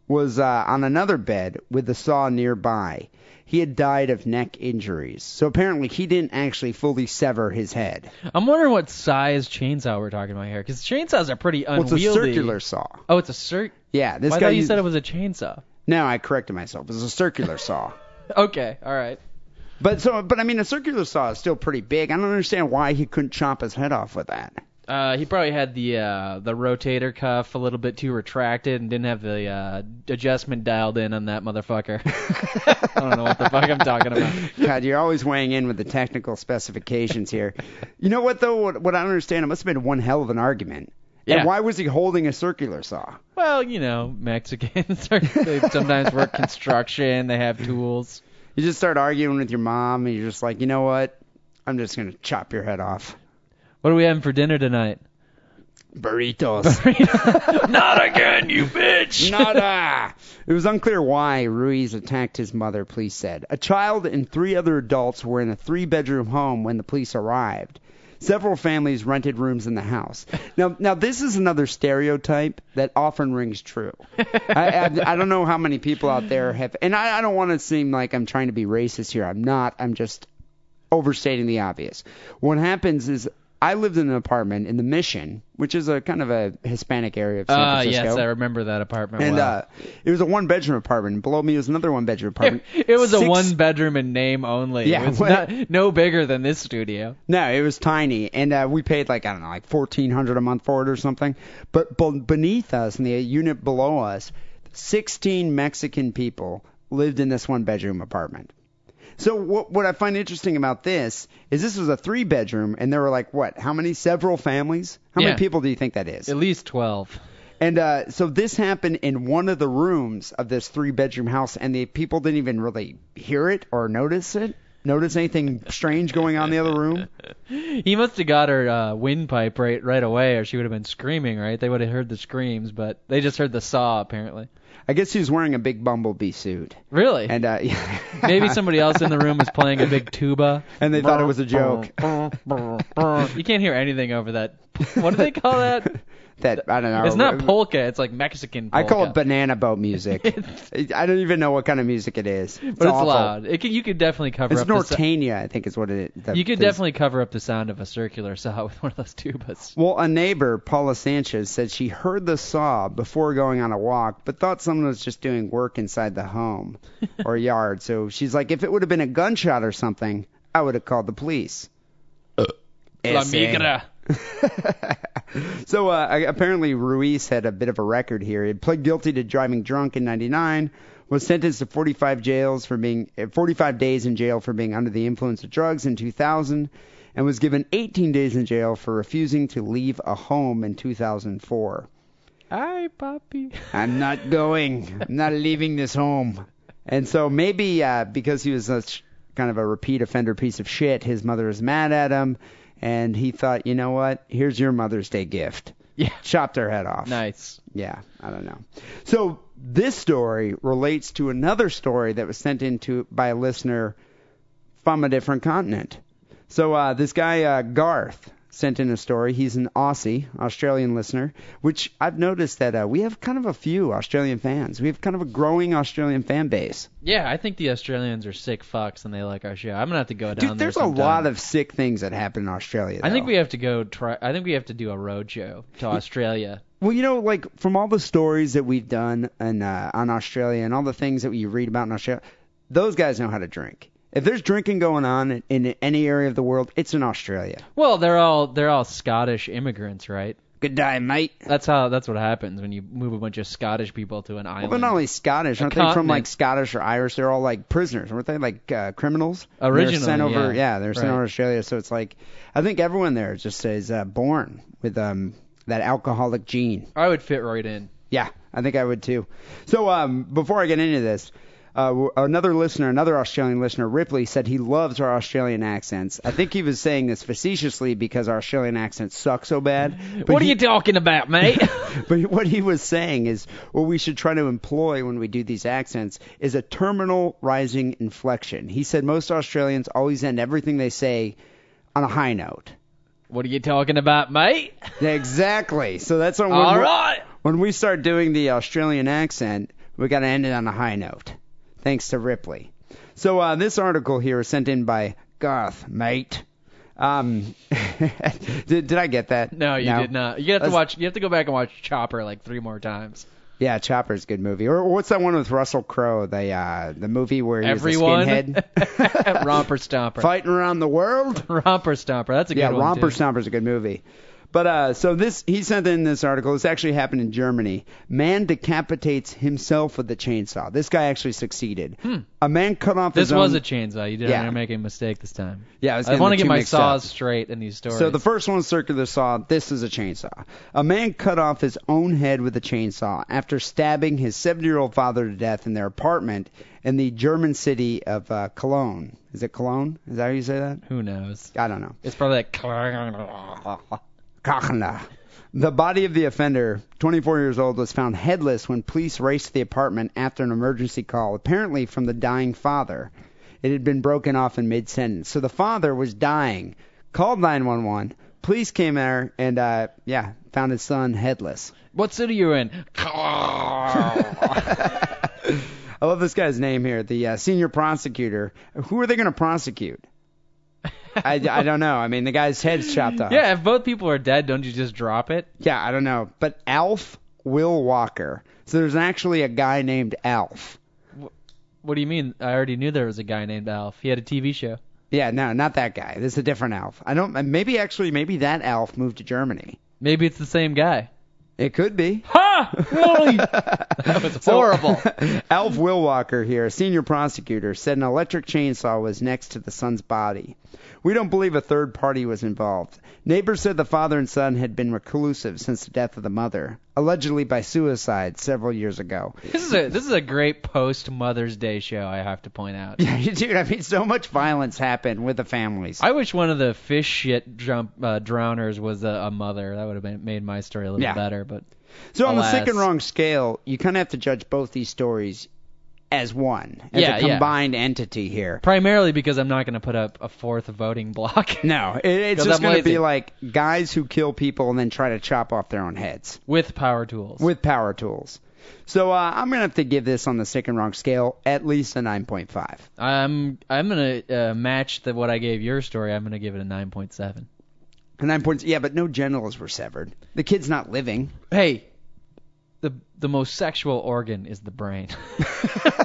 was uh, on another bed with the saw nearby. He had died of neck injuries, so apparently he didn't actually fully sever his head. I'm wondering what size chainsaw we're talking about here, because chainsaws are pretty Well, it's unwieldy. a circular saw. Oh, it's a circ. Yeah, this I guy. thought you used- said it was a chainsaw. No, I corrected myself. It's a circular saw. Okay, all right. But so, but I mean, a circular saw is still pretty big. I don't understand why he couldn't chop his head off with that. Uh, he probably had the uh, the rotator cuff a little bit too retracted and didn't have the uh, adjustment dialed in on that motherfucker. I don't know what the fuck I'm talking about. God, you're always weighing in with the technical specifications here. You know what though? What, what I don't understand, it must have been one hell of an argument. Yeah. And why was he holding a circular saw? Well, you know, Mexicans are, they sometimes work construction. They have tools. You just start arguing with your mom, and you're just like, you know what? I'm just gonna chop your head off. What are we having for dinner tonight? Burritos. Not again, you bitch. Nada. It was unclear why Ruiz attacked his mother, police said. A child and three other adults were in a three bedroom home when the police arrived. Several families rented rooms in the house. Now, now this is another stereotype that often rings true. I, I, I don't know how many people out there have, and I, I don't want to seem like I'm trying to be racist here. I'm not. I'm just overstating the obvious. What happens is I lived in an apartment in the Mission, which is a kind of a Hispanic area of San Ah, Francisco. yes, I remember that apartment. And well. uh, it was a one bedroom apartment. Below me was another one bedroom apartment. it was a Six- one bedroom in name only. Yeah, it was what- not, no bigger than this studio. No, it was tiny, and uh, we paid like I don't know, like fourteen hundred a month for it or something. But b- beneath us, in the unit below us, sixteen Mexican people lived in this one bedroom apartment. So what what I find interesting about this is this was a three bedroom, and there were like what? How many? Several families? How Yeah. many people do you think that is? At least 12. And uh, so this happened in one of the rooms of this three bedroom house, and the people didn't even really hear it or notice it. Notice anything strange going on in the other room? He must have got her uh, windpipe right right away, or she would have been screaming. Right? They would have heard the screams, but they just heard the saw apparently. I guess he was wearing a big bumblebee suit, Really? and uh, Maybe somebody else in the room was playing a big tuba. and they thought it was a joke. You can't hear anything over that. What do they call that? That I don't know. It's not polka. It's like Mexican I polka. call it banana boat music. I don't even know what kind of music it is. It's but it's awful. loud. It could, you could definitely cover It's up. the sou- Nortania, I think, is what it. that- you could this- definitely cover up the sound of a circular saw with one of those tubas. Well, a neighbor, Paula Sanchez, said she heard the saw before going on a walk, but thought someone was just doing work inside the home or yard. So she's like, if it would have been a gunshot or something, I would have called the police. La Ese. migra. So uh, I- apparently Ruiz had a bit of a record here. He had pled guilty to driving drunk in '99, was sentenced to 45 jails for being uh, 45 days in jail for being under the influence of drugs in 2000, and was given 18 days in jail for refusing to leave a home in 2004. Hi, Poppy. I'm not going. I'm not leaving this home. And so maybe uh, because he was such kind of a repeat offender piece of shit, his mother was mad at him, and he thought, you know what? Here's your Mother's Day gift. Yeah. Chopped her head off. Nice. Yeah, I don't know. So this story relates to another story that was sent in to by a listener from a different continent. So uh, this guy uh, Garth sent in a story. He's an Aussie, Australian listener, which I've noticed that uh, we have kind of a few Australian fans. We have kind of a growing Australian fan base. Yeah, I think the Australians are sick fucks and they like our show. I'm gonna have to go down Dude, there. there's a sometime. lot of sick things that happen in Australia. I think though. we have to go try. I think we have to do a road show to Australia. Well, you know, like from all the stories that we've done and uh, on Australia and all the things that we read about in Australia, those guys know how to drink. If there's drinking going on in, in any area of the world, it's in Australia. Well, they're all they're all Scottish immigrants, right? Good day, mate. That's how that's what happens when you move a bunch of Scottish people to an island. Well, they're not only Scottish, aren't they from continent. like Scottish or Irish? They're all like prisoners, weren't they? Like uh, criminals. And Originally, they're sent over, yeah. they're sent Right. over to Australia. So it's like, I think everyone there just is uh, born with um that alcoholic gene. I would fit right in. Yeah, I think I would too. So um, before I get into this, Uh, w- another listener, another Australian listener, Ripley, said he loves our Australian accents. I think he was saying this facetiously because our Australian accents suck so bad. But what he, are you talking about, mate? But what he was saying is what we should try to employ when we do these accents is a terminal rising inflection. He said most Australians always end everything they say on a high note. what are you talking about, mate? Yeah, exactly. So that's when, All when, we- right. when we start doing the Australian accent, we got to end it on a high note. Thanks to Ripley. So uh, this article here is sent in by Garth, mate. Um, did, did I get that? No, you did not. You have to That's- watch. You have to go back and watch Chopper like three more times. Yeah, Chopper's a good movie. Or what's that one with Russell Crowe? The uh, the movie where he's Everyone. a skinhead Romper Stomper. fighting around the world. Romper Stomper. That's a good Yeah, one. Romper too. Stomper's a good movie. But uh, so this he sent in this article. This actually happened in Germany. Man decapitates himself with a chainsaw. This guy actually succeeded. A man cut off Hmm. This his own. was a chainsaw. You didn't Yeah. make a mistake this time. Yeah, I was I getting want the to get two my mixed up. saws straight in these stories. So the first one's circular saw. This is a chainsaw. A man cut off his own head with a chainsaw after stabbing his 70-year-old father to death in their apartment in the German city of uh, Cologne. Is it Cologne? Is that how you say that? Who knows? I don't know. It's probably like. Kachna. The body of the offender, 24 years old, was found headless when police raced to the apartment after an emergency call, apparently from the dying father. It had been broken off in mid sentence. So the father was dying, called 911. Police came there and, uh, yeah, found his son headless. What city you in? I love this guy's name here, the uh, senior prosecutor. Who are they going to prosecute? I, I don't know. I mean, the guy's head's chopped off. yeah, if both people are dead, don't you just drop it? Yeah, I don't know. But Alf Will Walker. So there's actually a guy named Alf. What do you mean? I already knew there was a guy named Alf. He had a TV show. Yeah, no, not that guy. This is a different Alf. I don't. Maybe actually, maybe that Alf moved to Germany. Maybe it's the same guy. It could be. Ha! Really? that was So- horrible. Alf Will Walker here, senior prosecutor, said an electric chainsaw was next to the son's body. We don't believe a third party was involved. Neighbors said the father and son had been reclusive since the death of the mother, allegedly by suicide several years ago. this is a this is a great post Mother's Day show. I have to point out. Dude, I mean, so much violence happened with the families. I wish one of the fish shit jump uh, drowners was a, a mother. That would have been, made my story a little Yeah. better. But So on the Alas. sick and wrong scale, you kind of have to judge both these stories as one, as Yeah, a yeah. combined entity here. primarily because I'm not going to put up a fourth voting block No, it, it's 'Cause just I'm going to be lazy. like guys who kill people and then try to chop off their own heads with power tools. with power tools. So uh, I'm going to have to give this on the sick and wrong scale at least a 9.5. I'm I'm gonna uh, match the what I gave your story. I'm gonna give it a 9.7. A 9 points, yeah, but no genitals were severed. The kid's not living. Hey, the the most sexual organ is the brain,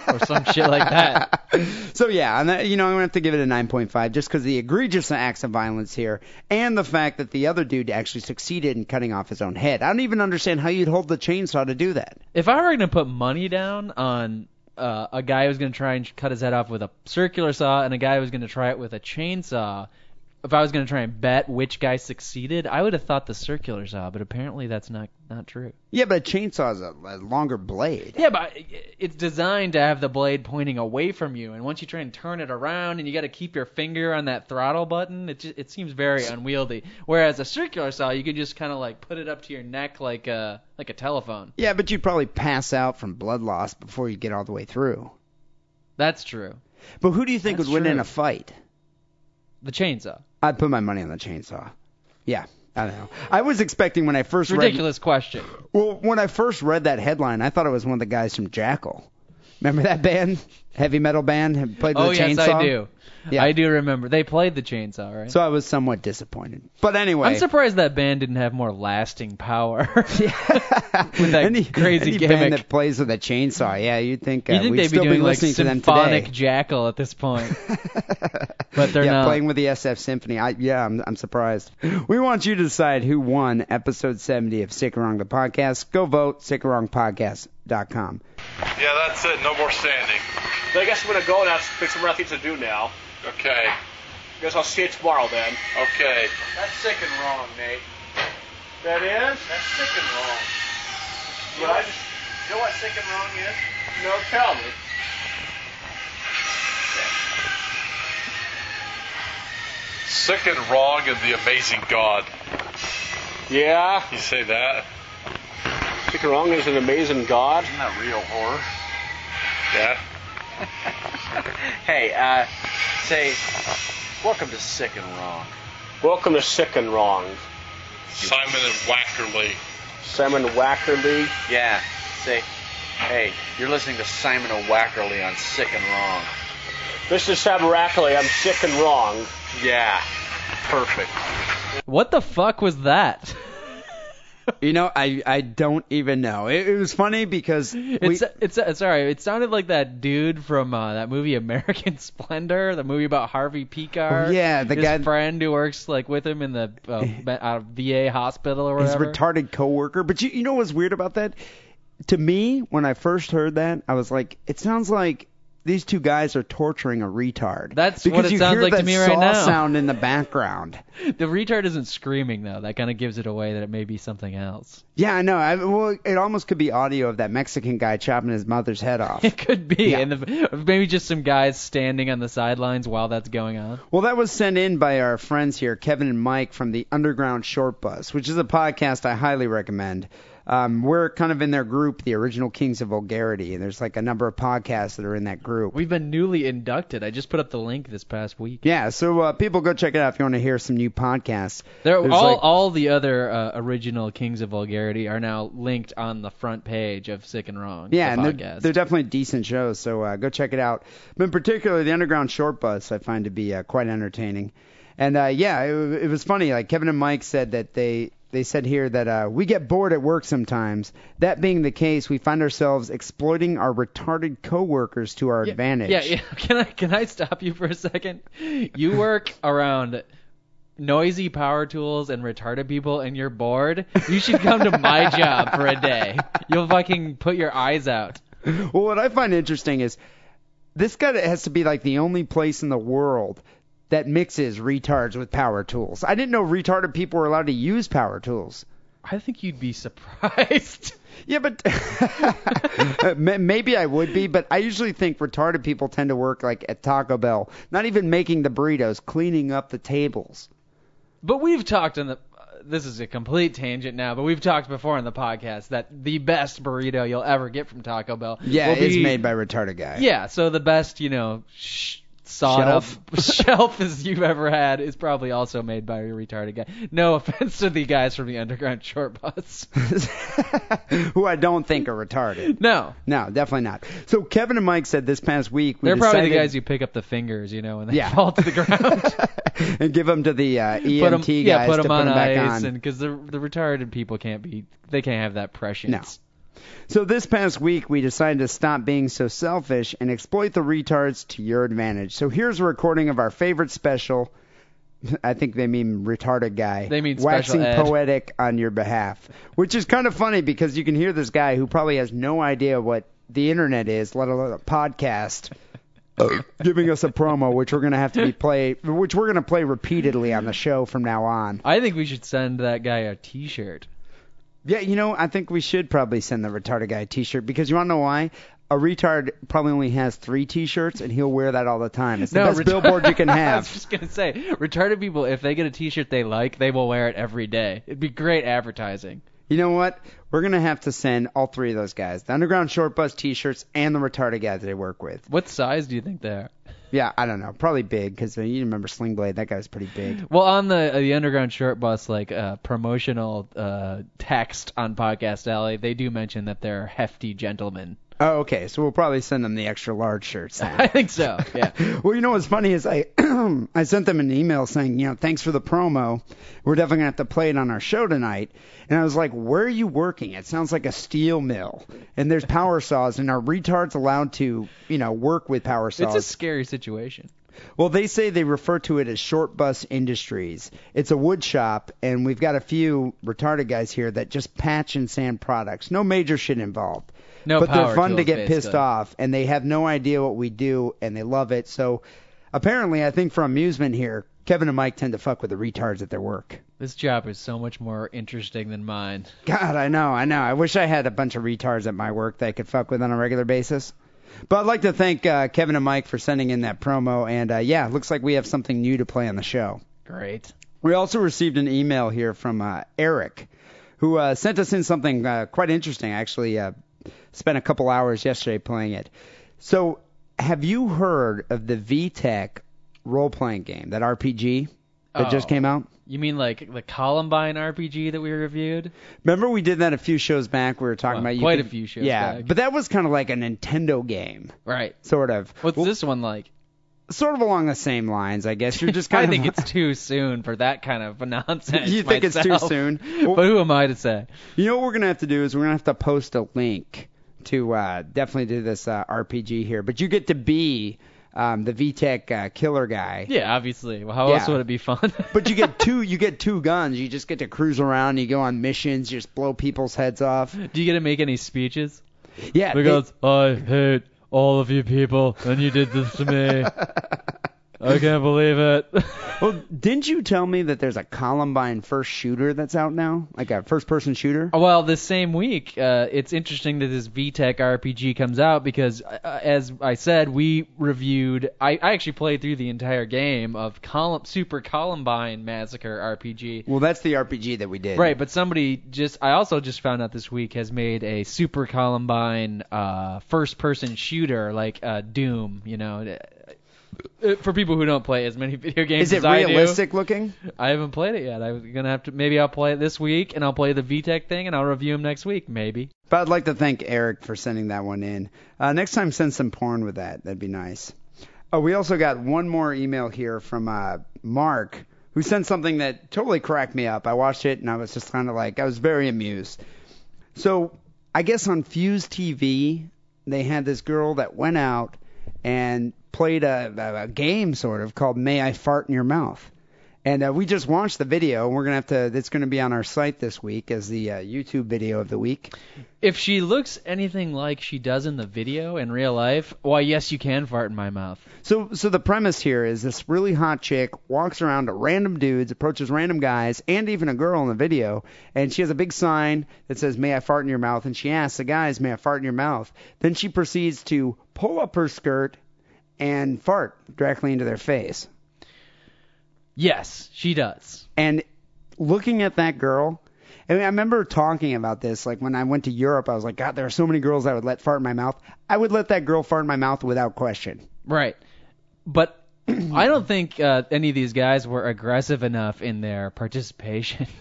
or some shit like that. So yeah, and that, you know I'm gonna have to give it a 9.5 just because the egregious acts of violence here, and the fact that the other dude actually succeeded in cutting off his own head. I don't even understand how you'd hold the chainsaw to do that. If I were gonna put money down on uh, a guy who's gonna try and cut his head off with a circular saw and a guy who's gonna try it with a chainsaw. If I was gonna try and bet which guy succeeded, I would have thought the circular saw, but apparently that's not not true. Yeah, but a chainsaw is a, a longer blade. Yeah, but it's designed to have the blade pointing away from you, and once you try and turn it around, and you got to keep your finger on that throttle button, it just, it seems very unwieldy. Whereas a circular saw, you can just kind of like put it up to your neck like a like a telephone. Yeah, but you'd probably pass out from blood loss before you get all the way through. That's true. But who do you think That's would win in true. a fight? The chainsaw. I'd put my money on the chainsaw. Yeah. I don't know. I was expecting when I first Ridiculous question. read well when I first read that headline, I thought it was one of the guys from Jackal. Remember that band, heavy metal band, had played with Oh a yes, chainsaw? I do. Yeah. I do remember they played the chainsaw, right? So I was somewhat disappointed. But anyway, I'm surprised that band didn't have more lasting power. with that any crazy any gimmick. band that plays with a chainsaw, yeah, you'd think, uh, you think we'd they'd be still doing be like listening to them symphonic today. jackal at this point? but they're yeah, not. playing with the SF Symphony. I, yeah, I'm, I'm surprised. We want you to decide who won episode 70 of Sick and Wrong the podcast. Go vote sickandwrongpodcast.com. Yeah, that's it. No more standing. But I guess I'm gonna go now. Fix some nothing to do now. Okay. I guess I'll see you tomorrow then. Okay. That's sick and wrong, Nate. That is? That's sick and wrong. You know, what, you know what sick and wrong is? No, tell me. Sick and wrong and the amazing God. Yeah, You say that? Sick and Wrong is an amazing god. Isn't that real horror? Yeah. hey, uh, say, welcome to Sick and Wrong. Welcome to Sick and Wrong. Simon and Wackerly. Simon Wackerly. Yeah, say, hey, you're listening to Simon O'Wackerly on Sick and Wrong. This is Simon Wackerly. I'm Sick and Wrong. Yeah, perfect. What the fuck was that? You know, I I don't even know. It, it was funny because we, It's it's uh, sorry. It sounded like that dude from uh, that movie American Splendor, the movie about Harvey Pekar. Oh, yeah, the his guy- friend who works like with him in the uh, me- uh, VA hospital or his whatever. retarded coworker. But you you know what's weird about that? To me, when I first heard that, I was like, it sounds like these two guys are torturing a retard. That's because what it you sounds hear like to that me right saw now. sound in the background. the retard isn't screaming though. That kind of gives it away that it may be something else. Yeah, I know. I, well, it almost could be audio of that Mexican guy chopping his mother's head off. It could be, Yeah. and the, maybe just some guys standing on the sidelines while that's going on. Well, that was sent in by our friends here, Kevin and Mike from the Underground Short Bus, which is a podcast I highly recommend. Um, we're kind of in their group, the original Kings of Vulgarity, and there's like a number of podcasts that are in that group. We've been newly inducted. I just put up the link this past week. yeah, so uh, people go check it out if you want to hear some new podcasts. There, There's all, like- all the other uh, original Kings of Vulgarity are now linked on the front page of Sick and Wrong. Yeah, the and they're, podcast. they're definitely decent shows, so uh, go check it out. But in particular, the Underground Short Bus I find to be uh, quite entertaining. And uh, yeah, it, wa- it was funny. Like Kevin and Mike said that they they said here that uh, we get bored at work sometimes. That being the case, we find ourselves exploiting our retarded coworkers to our advantage. Yeah, yeah. Can I can I stop you for a second? You work around noisy power tools and retarded people, and you're bored. You should come to my job for a day. You'll fucking put your eyes out. Well, what I find interesting is this guy has to be like the only place in the world that mixes retards with power tools. I didn't know retarded people were allowed to use power tools. I think you'd be surprised. Yeah, but Ma- maybe I would be, but I usually think retarded people tend to work like at Taco Bell, not even making the burritos, cleaning up the tables. But we've talked on the. uh, This is a complete tangent now, but we've talked before on the podcast that the best burrito you'll ever get from Taco Bell. Yeah, will it's be- made by retarded guy. Yeah, so the best, you know, sh- sawed Shelf. up shelf as you've ever had is probably also made by a retarded guy. No offense to the guys from the underground short bus. who I don't think are retarded. No. No, definitely not. So Kevin and Mike said this past week we They're probably the decided- guys who pick up the fingers, you know, when they Yeah. fall to the ground. and give them to the uh, EMT put them, guys yeah, put to 'em put on them back ice, on. because the the retarded people can't be, they can't have that prescience. So this past week, we decided to stop being so selfish and exploit the retards to your advantage. So here's a recording of our favorite special. I think they mean retarded guy. They mean special waxing ed. poetic on your behalf, which is kind of funny because you can hear this guy who probably has no idea what the internet is, let alone a podcast, uh, giving us a promo, which we're gonna have to be play, which we're gonna play repeatedly on the show from now on. I think we should send that guy a T-shirt. Yeah, you know, I think we should probably send the retarded guy a t-shirt because you want to know why? A retard probably only has three t-shirts and he'll wear that all the time. It's the best retar- billboard you can I was have. just gonna say, retarded people, if they get a T-shirt they like, they will wear it every day. It'd be great advertising. You know what? We're going to have to send all three of those guys, the Underground Short Bus t-shirts and the retarded guy that they work with. What size do you think they are? Yeah, I don't know. Probably big because you remember Sling Blade. That guy was pretty big. Well, on the uh, the underground short bus, like uh, promotional uh, text on Podcast Alley, they do mention that they're hefty gentlemen. Oh, okay. So we'll probably send them the extra large shirts then. I think so. Yeah. Well, you know what's funny is I I sent them an email saying, you know, thanks for the promo. We're definitely gonna have to play it on our show tonight. And I was like, where are you working? It sounds like a steel mill, and there's power saws, and are retards allowed to, you know, work with power It's saws? a scary situation. Well, they say they refer to it as Short Bus Industries. It's a wood shop, and we've got a few retarded guys here that just patch and sand products. No major shit involved. No but power they're fun to tools, get pissed basically. off, and they have no idea what we do, and they love it. So apparently, I think for amusement here, Kevin and Mike tend to fuck with the retards at their work. This job is so much more interesting than mine. God, I know, I know. I wish I had a bunch of retards at my work that I could fuck with on a regular basis. But I'd like to thank uh, Kevin and Mike for sending in that promo, and uh, yeah, looks like we have something new to play on the show. Great. We also received an email here from uh, Eric, who uh, sent us in something uh, quite interesting. I actually uh, spent a couple hours yesterday playing it. So, have you heard of the VTech role playing game, that RPG that just Oh. came out? You mean like the Columbine RPG that we reviewed? Remember we did that a few shows back. We were talking Well, about you quite a could- few shows Yeah, back. but that was kind of like a Nintendo game, Right. sort of. What's Well, this one like? Sort of along the same lines, I guess. You're just I kind of. think it's too soon for that kind of nonsense. You think it's too myself. soon? but who am I to say? You know what we're gonna have to do is we're gonna have to post a link to uh, definitely do this uh, RPG here. But you get to be um, the VTech uh, killer guy. Yeah, obviously. Well, how else Yeah. would it be fun? But you get two you get two guns. You just get to cruise around. You go on missions. You just blow people's heads off. Do you get to make any speeches? Yeah. they- Because I hate all of you people, and you did this to me. I can't believe it. well, didn't you tell me that there's a Columbine first shooter that's out now, like a first person shooter? well, this same week, uh, it's interesting that this VTech RPG comes out because, uh, as I said, we reviewed. I, I actually played through the entire game of Colum- Super Columbine Massacre RPG. Well, that's the RPG that we did. Right, but somebody just I also just found out this week has made a Super Columbine uh first person shooter like uh Doom, you know. Uh, For people who don't play as many video games Is it as I do. realistic looking? I haven't played it yet. I'm going to have to maybe I'll play it this week and I'll play the VTech thing and I'll review them next week maybe. But I'd like to thank Eric for sending that one in. Uh, next time, send some porn with that. That'd be nice. Oh, we also got one more email here from uh, Mark, who sent something that totally cracked me up. I watched it and I was just kind of like, I was very amused. So I guess on Fuse TV, they had this girl that went out and played a, a- a game sort of called May I Fart in Your Mouth. And uh, we just watched the video, and we're gonna have to. It's gonna be on our site this week as the uh, YouTube video of the week. If she looks anything like she does in the video in real life, why yes you can fart in my mouth. So, so the premise here is this really hot chick walks around to random dudes, approaches random guys, and even a girl in the video, and she has a big sign that says "May I fart in your mouth?" and she asks the guys, "May I fart in your mouth?" Then she proceeds to pull up her skirt and fart directly into their face. Yes, she does. And looking at that girl, I mean, I remember talking about this. Like when I went to Europe, I was like, God, there are so many girls I would let fart in my mouth. I would let that girl fart in my mouth without question. Right. But I don't think uh, any of these guys were aggressive enough in their participation.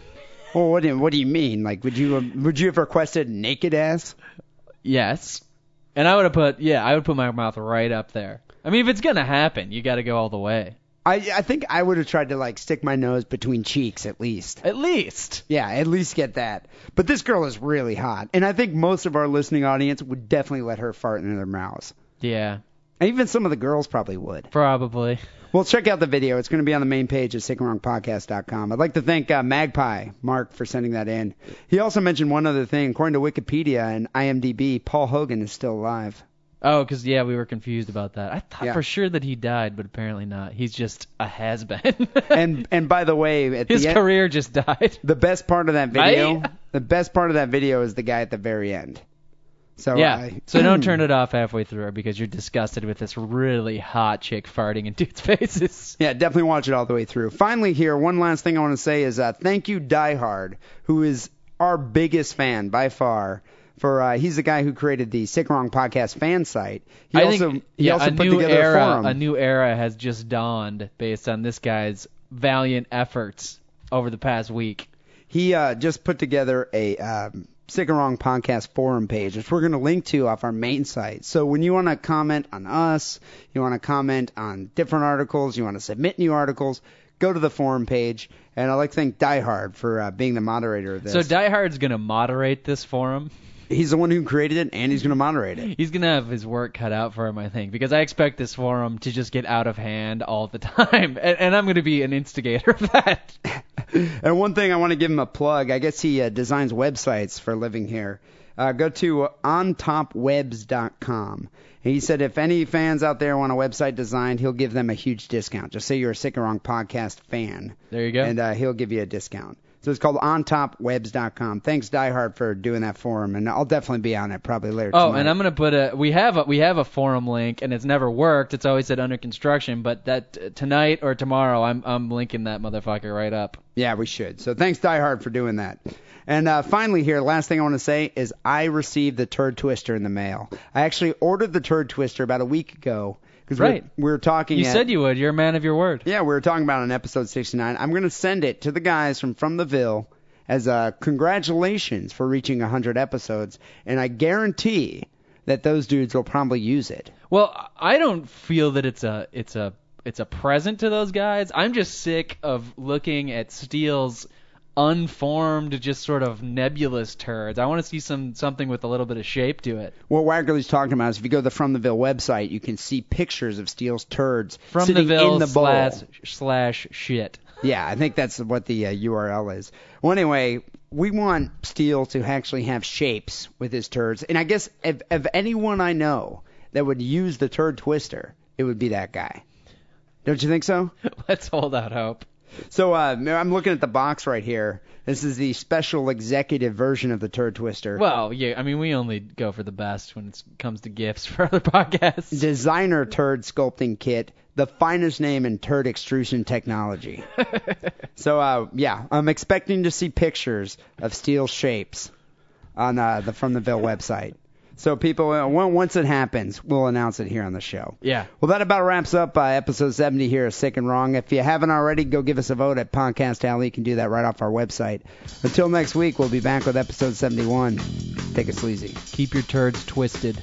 Well, what do, what do you mean? Like, would you would you have requested naked ass? yes. And I would have put, yeah, I would put my mouth right up there. I mean, if it's going to happen, you got to go all the way. I I think I would have tried to like stick my nose between cheeks at least. At least. Yeah, at least get that. But this girl is really hot, and I think most of our listening audience would definitely let her fart in their mouths. Yeah, And even some of the girls probably would. probably. Well, check out the video. It's going to be on the main page at sickandwrongpodcast.com. I'd like to thank uh, Magpie Mark for sending that in. He also mentioned one other thing. According to Wikipedia and IMDb, Paul Hogan is still alive. Oh, 'cause yeah, we were confused about that. I thought Yeah. for sure that he died, but apparently not. He's just a has been. And and by the way, at his the end, career just died. the best part of that video, Right? the best part of that video is the guy at the very end. So uh, yeah. Oh, I- so don't turn it off halfway through because you're disgusted with this really hot chick farting in dudes' faces. Yeah, definitely watch it all the way through. Finally, here, one last thing I want to say is uh, thank you, Die Hard, who is our biggest fan by far. For uh, he's the guy who created the Sick Wrong Podcast fan site. He I also think, he yeah, also a put new together era, a forum. A new era has just dawned based on this guy's valiant efforts over the past week. he uh, just put together a um, Sick and Wrong podcast forum page, which we're going to link to off our main site. So when you want to comment on us, you want to comment on different articles, you want to submit new articles, go to the forum page. And I'd like to thank Die Hard for uh, being the moderator of this. So Die Hard's gonna moderate this forum. he's the one who created it, and he's going to moderate it. He's gonna have his work cut out for him, I think, because I expect this forum to just get out of hand all the time, and, and I'm gonna be an instigator of that. And one thing I want to give him a plug. I guess he uh, designs websites for a living here. Uh, go to ontopwebs.com. And he said if any fans out there want a website designed, he'll give them a huge discount. Just say you're a Sick and Wrong podcast fan, There you go. and uh, he'll give you a discount. So it's called ontopwebs.com. Thanks, Die Hard, for doing that for him, and I'll definitely be on it probably later. Oh, tonight. and I'm gonna put a we have a we have a forum link, and it's never worked. It's always said under construction, but that tonight or tomorrow, I'm I'm linking that motherfucker right up. Yeah, we should. So thanks, Die Hard, for doing that. And uh, finally, here, last thing I want to say is I received the turd twister in the mail. I actually ordered the turd twister about a week ago because Right. we, were talking. You at- said you would. You're a man of your word. Yeah, we were talking about it on episode 69. I'm going to send it to the guys from From the Ville as a congratulations for reaching 100 episodes, and I guarantee that those dudes will probably use it. Well, I don't feel that it's a it's a it's a present to those guys. I'm just sick of looking at Steele's unformed, just sort of nebulous turds. I want to see some something with a little bit of shape to it. What Waggerly's talking about is if you go to the From the Ville website, you can see pictures of Steele's turds From the sitting Ville in the bowl. slash slash shit. Yeah, I think that's what the uh, URL is. Well, anyway, we want Steele to actually have shapes with his turds, and I guess if, if anyone I know that would use the turd twister, it would be that guy. Don't you think so? Let's hold out hope. So uh, I'm looking at the box right here. This is the special executive version of the turd twister. Well, yeah, I mean, we only go for the best when it comes to gifts for other podcasts. Designer turd sculpting kit, the finest name in turd extrusion technology. so uh, yeah, I'm expecting to see pictures of steel shapes on uh, the From the Ville website. So people, uh, on- once it happens, we'll announce it here on the show. Yeah. Well, that about wraps up uh, episode 70 here of Sick and Wrong. If you haven't already, go give us a vote at Podcast Alley. You can do that right off our website. Until next week, we'll be back with episode 71. Take it sleazy. Keep your turds twisted.